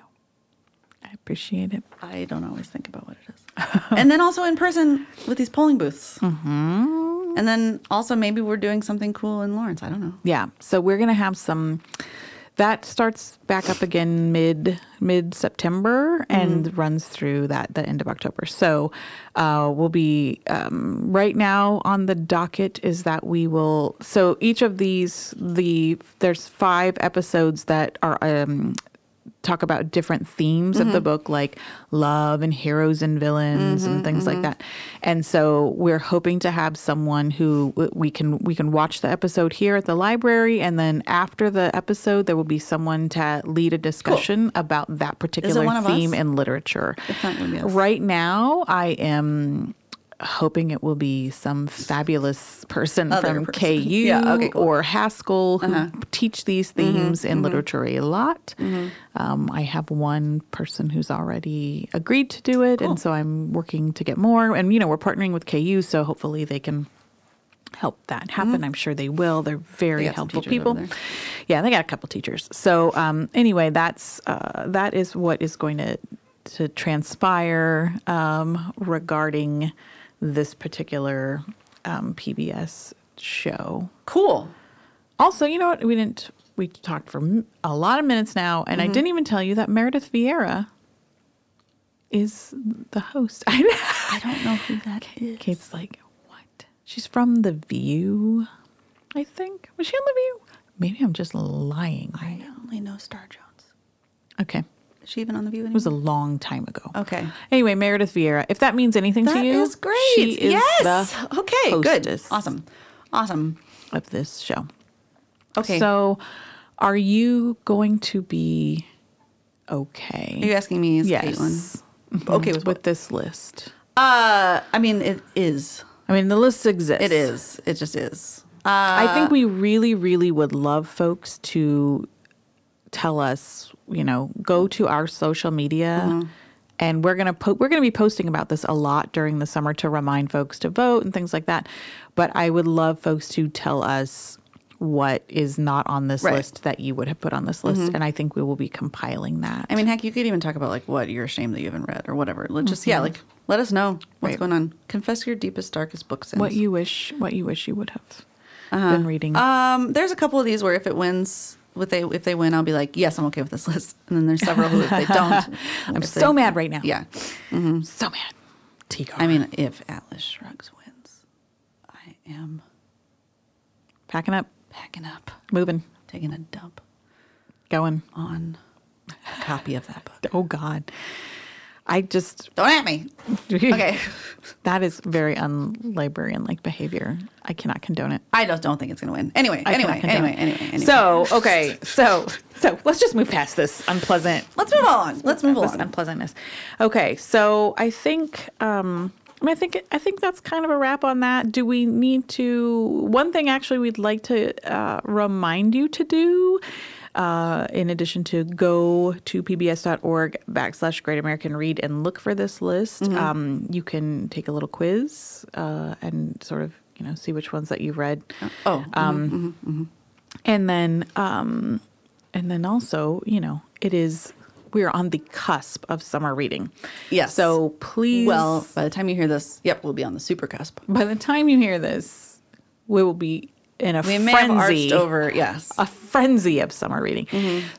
[SPEAKER 2] I appreciate it.
[SPEAKER 3] I don't always think about what it is. [laughs] and then also in person with these polling booths. Mm-hmm. And then also maybe we're doing something cool in Lawrence. I don't know.
[SPEAKER 2] Yeah. So we're gonna have some. That starts back up again mid mid September and runs through that the end of October. So uh, we'll be um, right now on the docket is that we will. So each of these the there's five episodes that are. Um, talk about different themes
[SPEAKER 3] Mm-hmm.
[SPEAKER 2] of the book like love and heroes and villains and things
[SPEAKER 3] Mm-hmm,
[SPEAKER 2] like that and so we're hoping to have someone who w- we can we can watch the episode here at the library and then after the episode there will be someone to lead a discussion about that particular
[SPEAKER 3] one of
[SPEAKER 2] theme
[SPEAKER 3] us?
[SPEAKER 2] in literature
[SPEAKER 3] It's not gonna be us.
[SPEAKER 2] right now i am hoping it will be some fabulous person
[SPEAKER 3] Other
[SPEAKER 2] from
[SPEAKER 3] person.
[SPEAKER 2] ku
[SPEAKER 3] [laughs] Yeah, okay, cool. Uh-huh. Mm-hmm,
[SPEAKER 2] or Haskell who teach these themes in literature a lot. Um, I have one person who's already agreed to do it, and so I'm working to get more. And you know, we're partnering with KU, so hopefully they can help that happen. I'm sure they will. They're very
[SPEAKER 3] Mm-hmm. They got some
[SPEAKER 2] helpful
[SPEAKER 3] teachers
[SPEAKER 2] people.
[SPEAKER 3] over there.
[SPEAKER 2] Yeah, they got a couple teachers. So um, anyway, that's uh, that is what is going to to transpire um, regarding this particular um, PBS show.
[SPEAKER 3] Cool.
[SPEAKER 2] Also, you know what? We didn't. We talked for m- a lot of minutes now, and
[SPEAKER 3] Mm-hmm.
[SPEAKER 2] I didn't even tell you that Meredith Vieira is the host. [laughs] I know.
[SPEAKER 3] I don't know who that is.
[SPEAKER 2] Kate's like, what? She's from The View, I think. Was she on The View? Maybe I'm just lying.
[SPEAKER 3] I only know Star Jones.
[SPEAKER 2] Okay. It
[SPEAKER 3] Is she even on the view anymore?
[SPEAKER 2] was a long time ago.
[SPEAKER 3] Okay.
[SPEAKER 2] Anyway, Meredith Vieira, if that means anything
[SPEAKER 3] That
[SPEAKER 2] to
[SPEAKER 3] is
[SPEAKER 2] you,
[SPEAKER 3] great.
[SPEAKER 2] She is
[SPEAKER 3] yes.
[SPEAKER 2] the
[SPEAKER 3] okay. Good.
[SPEAKER 2] hostess
[SPEAKER 3] Awesome. Awesome.
[SPEAKER 2] Of this show.
[SPEAKER 3] Okay. So
[SPEAKER 2] So, are you going to be okay?
[SPEAKER 3] are you asking me? Is
[SPEAKER 2] yes.
[SPEAKER 3] Caitlin?
[SPEAKER 2] Mhm.
[SPEAKER 3] Okay with what?
[SPEAKER 2] this list.
[SPEAKER 3] Uh, I mean, it is.
[SPEAKER 2] I mean, the list exists.
[SPEAKER 3] It is. It just is.
[SPEAKER 2] I think we really, really would love folks to tell us, you know, go to our social media. And we're gonna po- we're gonna be posting about this a lot during the summer to remind folks to vote and things like that. But I would love folks to tell us what is not on this
[SPEAKER 3] Right.
[SPEAKER 2] list that you would have put on this list, and I think we will be compiling that.
[SPEAKER 3] I mean, heck, you could even talk about like what you're ashamed that you haven't read or whatever. Let's just yeah, like let us know what's
[SPEAKER 2] Mm-hmm. Right.
[SPEAKER 3] going on. Confess your deepest, darkest book sins.
[SPEAKER 2] what you wish what you wish you would have been reading.
[SPEAKER 3] um, there's a couple of these where if it wins, with they if they win, I'll be like, yes, I'm okay with this [laughs] list. And then there's several who if they don't,
[SPEAKER 2] [laughs] I'm
[SPEAKER 3] if they-
[SPEAKER 2] so mad right now.
[SPEAKER 3] Yeah,
[SPEAKER 2] I'm so mad. Tigar.
[SPEAKER 3] I mean, if Atlas Shrugs wins, I am
[SPEAKER 2] packing up,
[SPEAKER 3] packing up,
[SPEAKER 2] moving,
[SPEAKER 3] taking a dump
[SPEAKER 2] going.
[SPEAKER 3] on a copy of that book.
[SPEAKER 2] Oh God. I just
[SPEAKER 3] Don't at me. Okay,
[SPEAKER 2] [laughs] that is very unlibrarian like behavior. I cannot condone it.
[SPEAKER 3] I just don't think it's gonna win. Anyway,
[SPEAKER 2] I
[SPEAKER 3] anyway,
[SPEAKER 2] cannot condone
[SPEAKER 3] anyway,
[SPEAKER 2] it.
[SPEAKER 3] anyway, anyway.
[SPEAKER 2] So okay, so so let's just move past this unpleasant
[SPEAKER 3] let's move on. Let's move
[SPEAKER 2] this
[SPEAKER 3] on.
[SPEAKER 2] unpleasantness. Okay, so I think um I mean, I think I think that's kind of a wrap on that. Do we need to? One thing actually, we'd like to uh, remind you to do. Uh, in addition to go to pbs.org backslash great american read and look for this list um, you can take a little quiz uh, and sort of you know see which ones that you've read
[SPEAKER 3] Oh,
[SPEAKER 2] and then um and then also you know it is we're on the cusp of summer reading
[SPEAKER 3] Yes.
[SPEAKER 2] so please
[SPEAKER 3] well, by the time you hear this, yep, we'll be on the super cusp.
[SPEAKER 2] by the time you hear this we will be in a
[SPEAKER 3] We may have
[SPEAKER 2] frenzy Uh,
[SPEAKER 3] arched over, yes.
[SPEAKER 2] a frenzy of summer reading.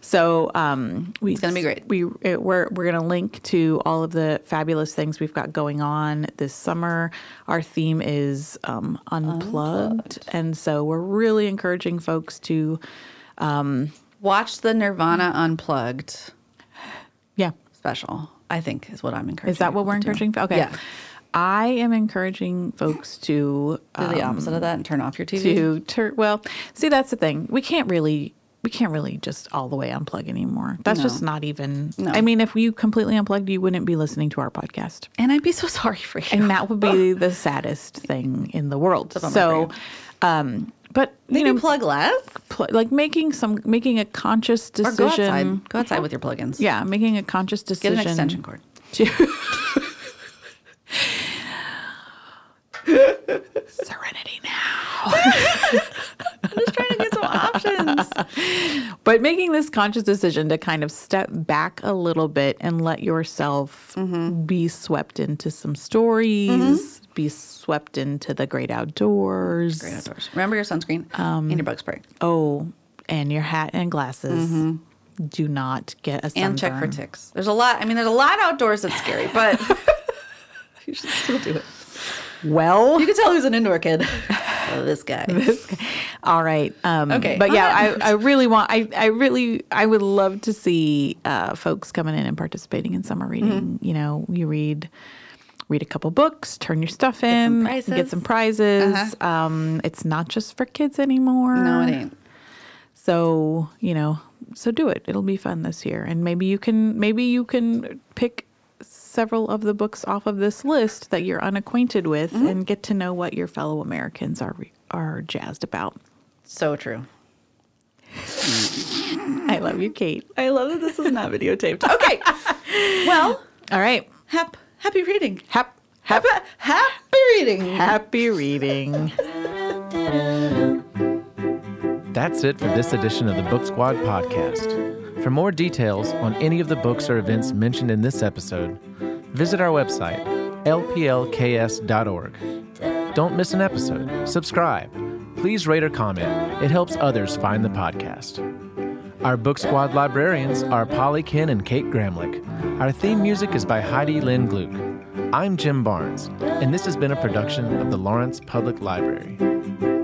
[SPEAKER 2] So um, we, it's
[SPEAKER 3] gonna be great.
[SPEAKER 2] We it, we're we're gonna link to all of the fabulous things we've got going on this summer. Our theme is um, unplugged, and so we're really encouraging folks to
[SPEAKER 3] Watch the Nirvana Unplugged
[SPEAKER 2] yeah.
[SPEAKER 3] special, I think is what I'm encouraging.
[SPEAKER 2] Is that what we're
[SPEAKER 3] people to do.
[SPEAKER 2] encouraging? Okay.
[SPEAKER 3] Yeah.
[SPEAKER 2] I am encouraging folks to
[SPEAKER 3] Do the
[SPEAKER 2] um,
[SPEAKER 3] opposite of that and turn off your TV.
[SPEAKER 2] to tur- well see that's the thing we can't really we can't really just all the way unplug anymore that's just not even
[SPEAKER 3] No.
[SPEAKER 2] i mean if you completely unplugged you wouldn't be listening to our
[SPEAKER 3] [laughs]
[SPEAKER 2] podcast
[SPEAKER 3] And I'd be so sorry for you.
[SPEAKER 2] and that would be the saddest thing in the world
[SPEAKER 3] bummer
[SPEAKER 2] so um but you
[SPEAKER 3] Maybe
[SPEAKER 2] know
[SPEAKER 3] plug less
[SPEAKER 2] pl- like making some making a conscious
[SPEAKER 3] or go
[SPEAKER 2] decision
[SPEAKER 3] outside. Go outside with your plugins.
[SPEAKER 2] yeah making a conscious
[SPEAKER 3] Get
[SPEAKER 2] decision
[SPEAKER 3] an extension cord.
[SPEAKER 2] serenity now
[SPEAKER 3] [laughs] Just trying to get some options.
[SPEAKER 2] but making this conscious decision to kind of step back a little bit and let yourself
[SPEAKER 3] Mm-hmm.
[SPEAKER 2] be swept into some stories, be swept into the great outdoors.
[SPEAKER 3] Great outdoors. Remember your sunscreen
[SPEAKER 2] Um,
[SPEAKER 3] and your bug spray.
[SPEAKER 2] Oh, and your hat and glasses. Do not get a sunburn.
[SPEAKER 3] Mm-hmm. And check for ticks. There's a lot. I mean, there's a lot outdoors that's scary,
[SPEAKER 2] [laughs]
[SPEAKER 3] but [laughs] you should still do it.
[SPEAKER 2] Well,
[SPEAKER 3] You can tell who's an indoor
[SPEAKER 2] [laughs]
[SPEAKER 3] kid. Oh, this guy.
[SPEAKER 2] all right. Um,
[SPEAKER 3] Okay.
[SPEAKER 2] But yeah,
[SPEAKER 3] On that
[SPEAKER 2] I, I really want, I, I really, I would love to see uh, folks coming in and participating in summer reading.
[SPEAKER 3] Mm-hmm.
[SPEAKER 2] You know, you read. Read a couple books, turn your stuff in, get
[SPEAKER 3] prizes.
[SPEAKER 2] some prizes.
[SPEAKER 3] Uh-huh.
[SPEAKER 2] Um, it's not just for kids anymore.
[SPEAKER 3] No, it ain't.
[SPEAKER 2] So you know, so do it. It'll be fun this year, and maybe you can maybe you can pick several of the books off of this list that you're unacquainted with,
[SPEAKER 3] Mm-hmm.
[SPEAKER 2] and get to know what your fellow Americans are re- are jazzed about.
[SPEAKER 3] So true.
[SPEAKER 2] I love you, Kate.
[SPEAKER 3] I love that this is not videotaped.
[SPEAKER 2] [laughs]
[SPEAKER 3] Okay. well,
[SPEAKER 2] All right,
[SPEAKER 3] hap, happy reading.
[SPEAKER 2] hap, hap,
[SPEAKER 3] Happy reading.
[SPEAKER 2] happy reading.
[SPEAKER 1] That's it for this edition of the Book Squad podcast. For more details on any of the books or events mentioned in this episode, visit our website, lplks.org. Don't miss an episode. Subscribe. Please rate or comment. It helps others find the podcast. Our Book Squad librarians are Polly Kinn and Kate Gramlich. Our theme music is by Heidi Lynn Gluck. I'm Jim Barnes, and this has been a production of the Lawrence Public Library.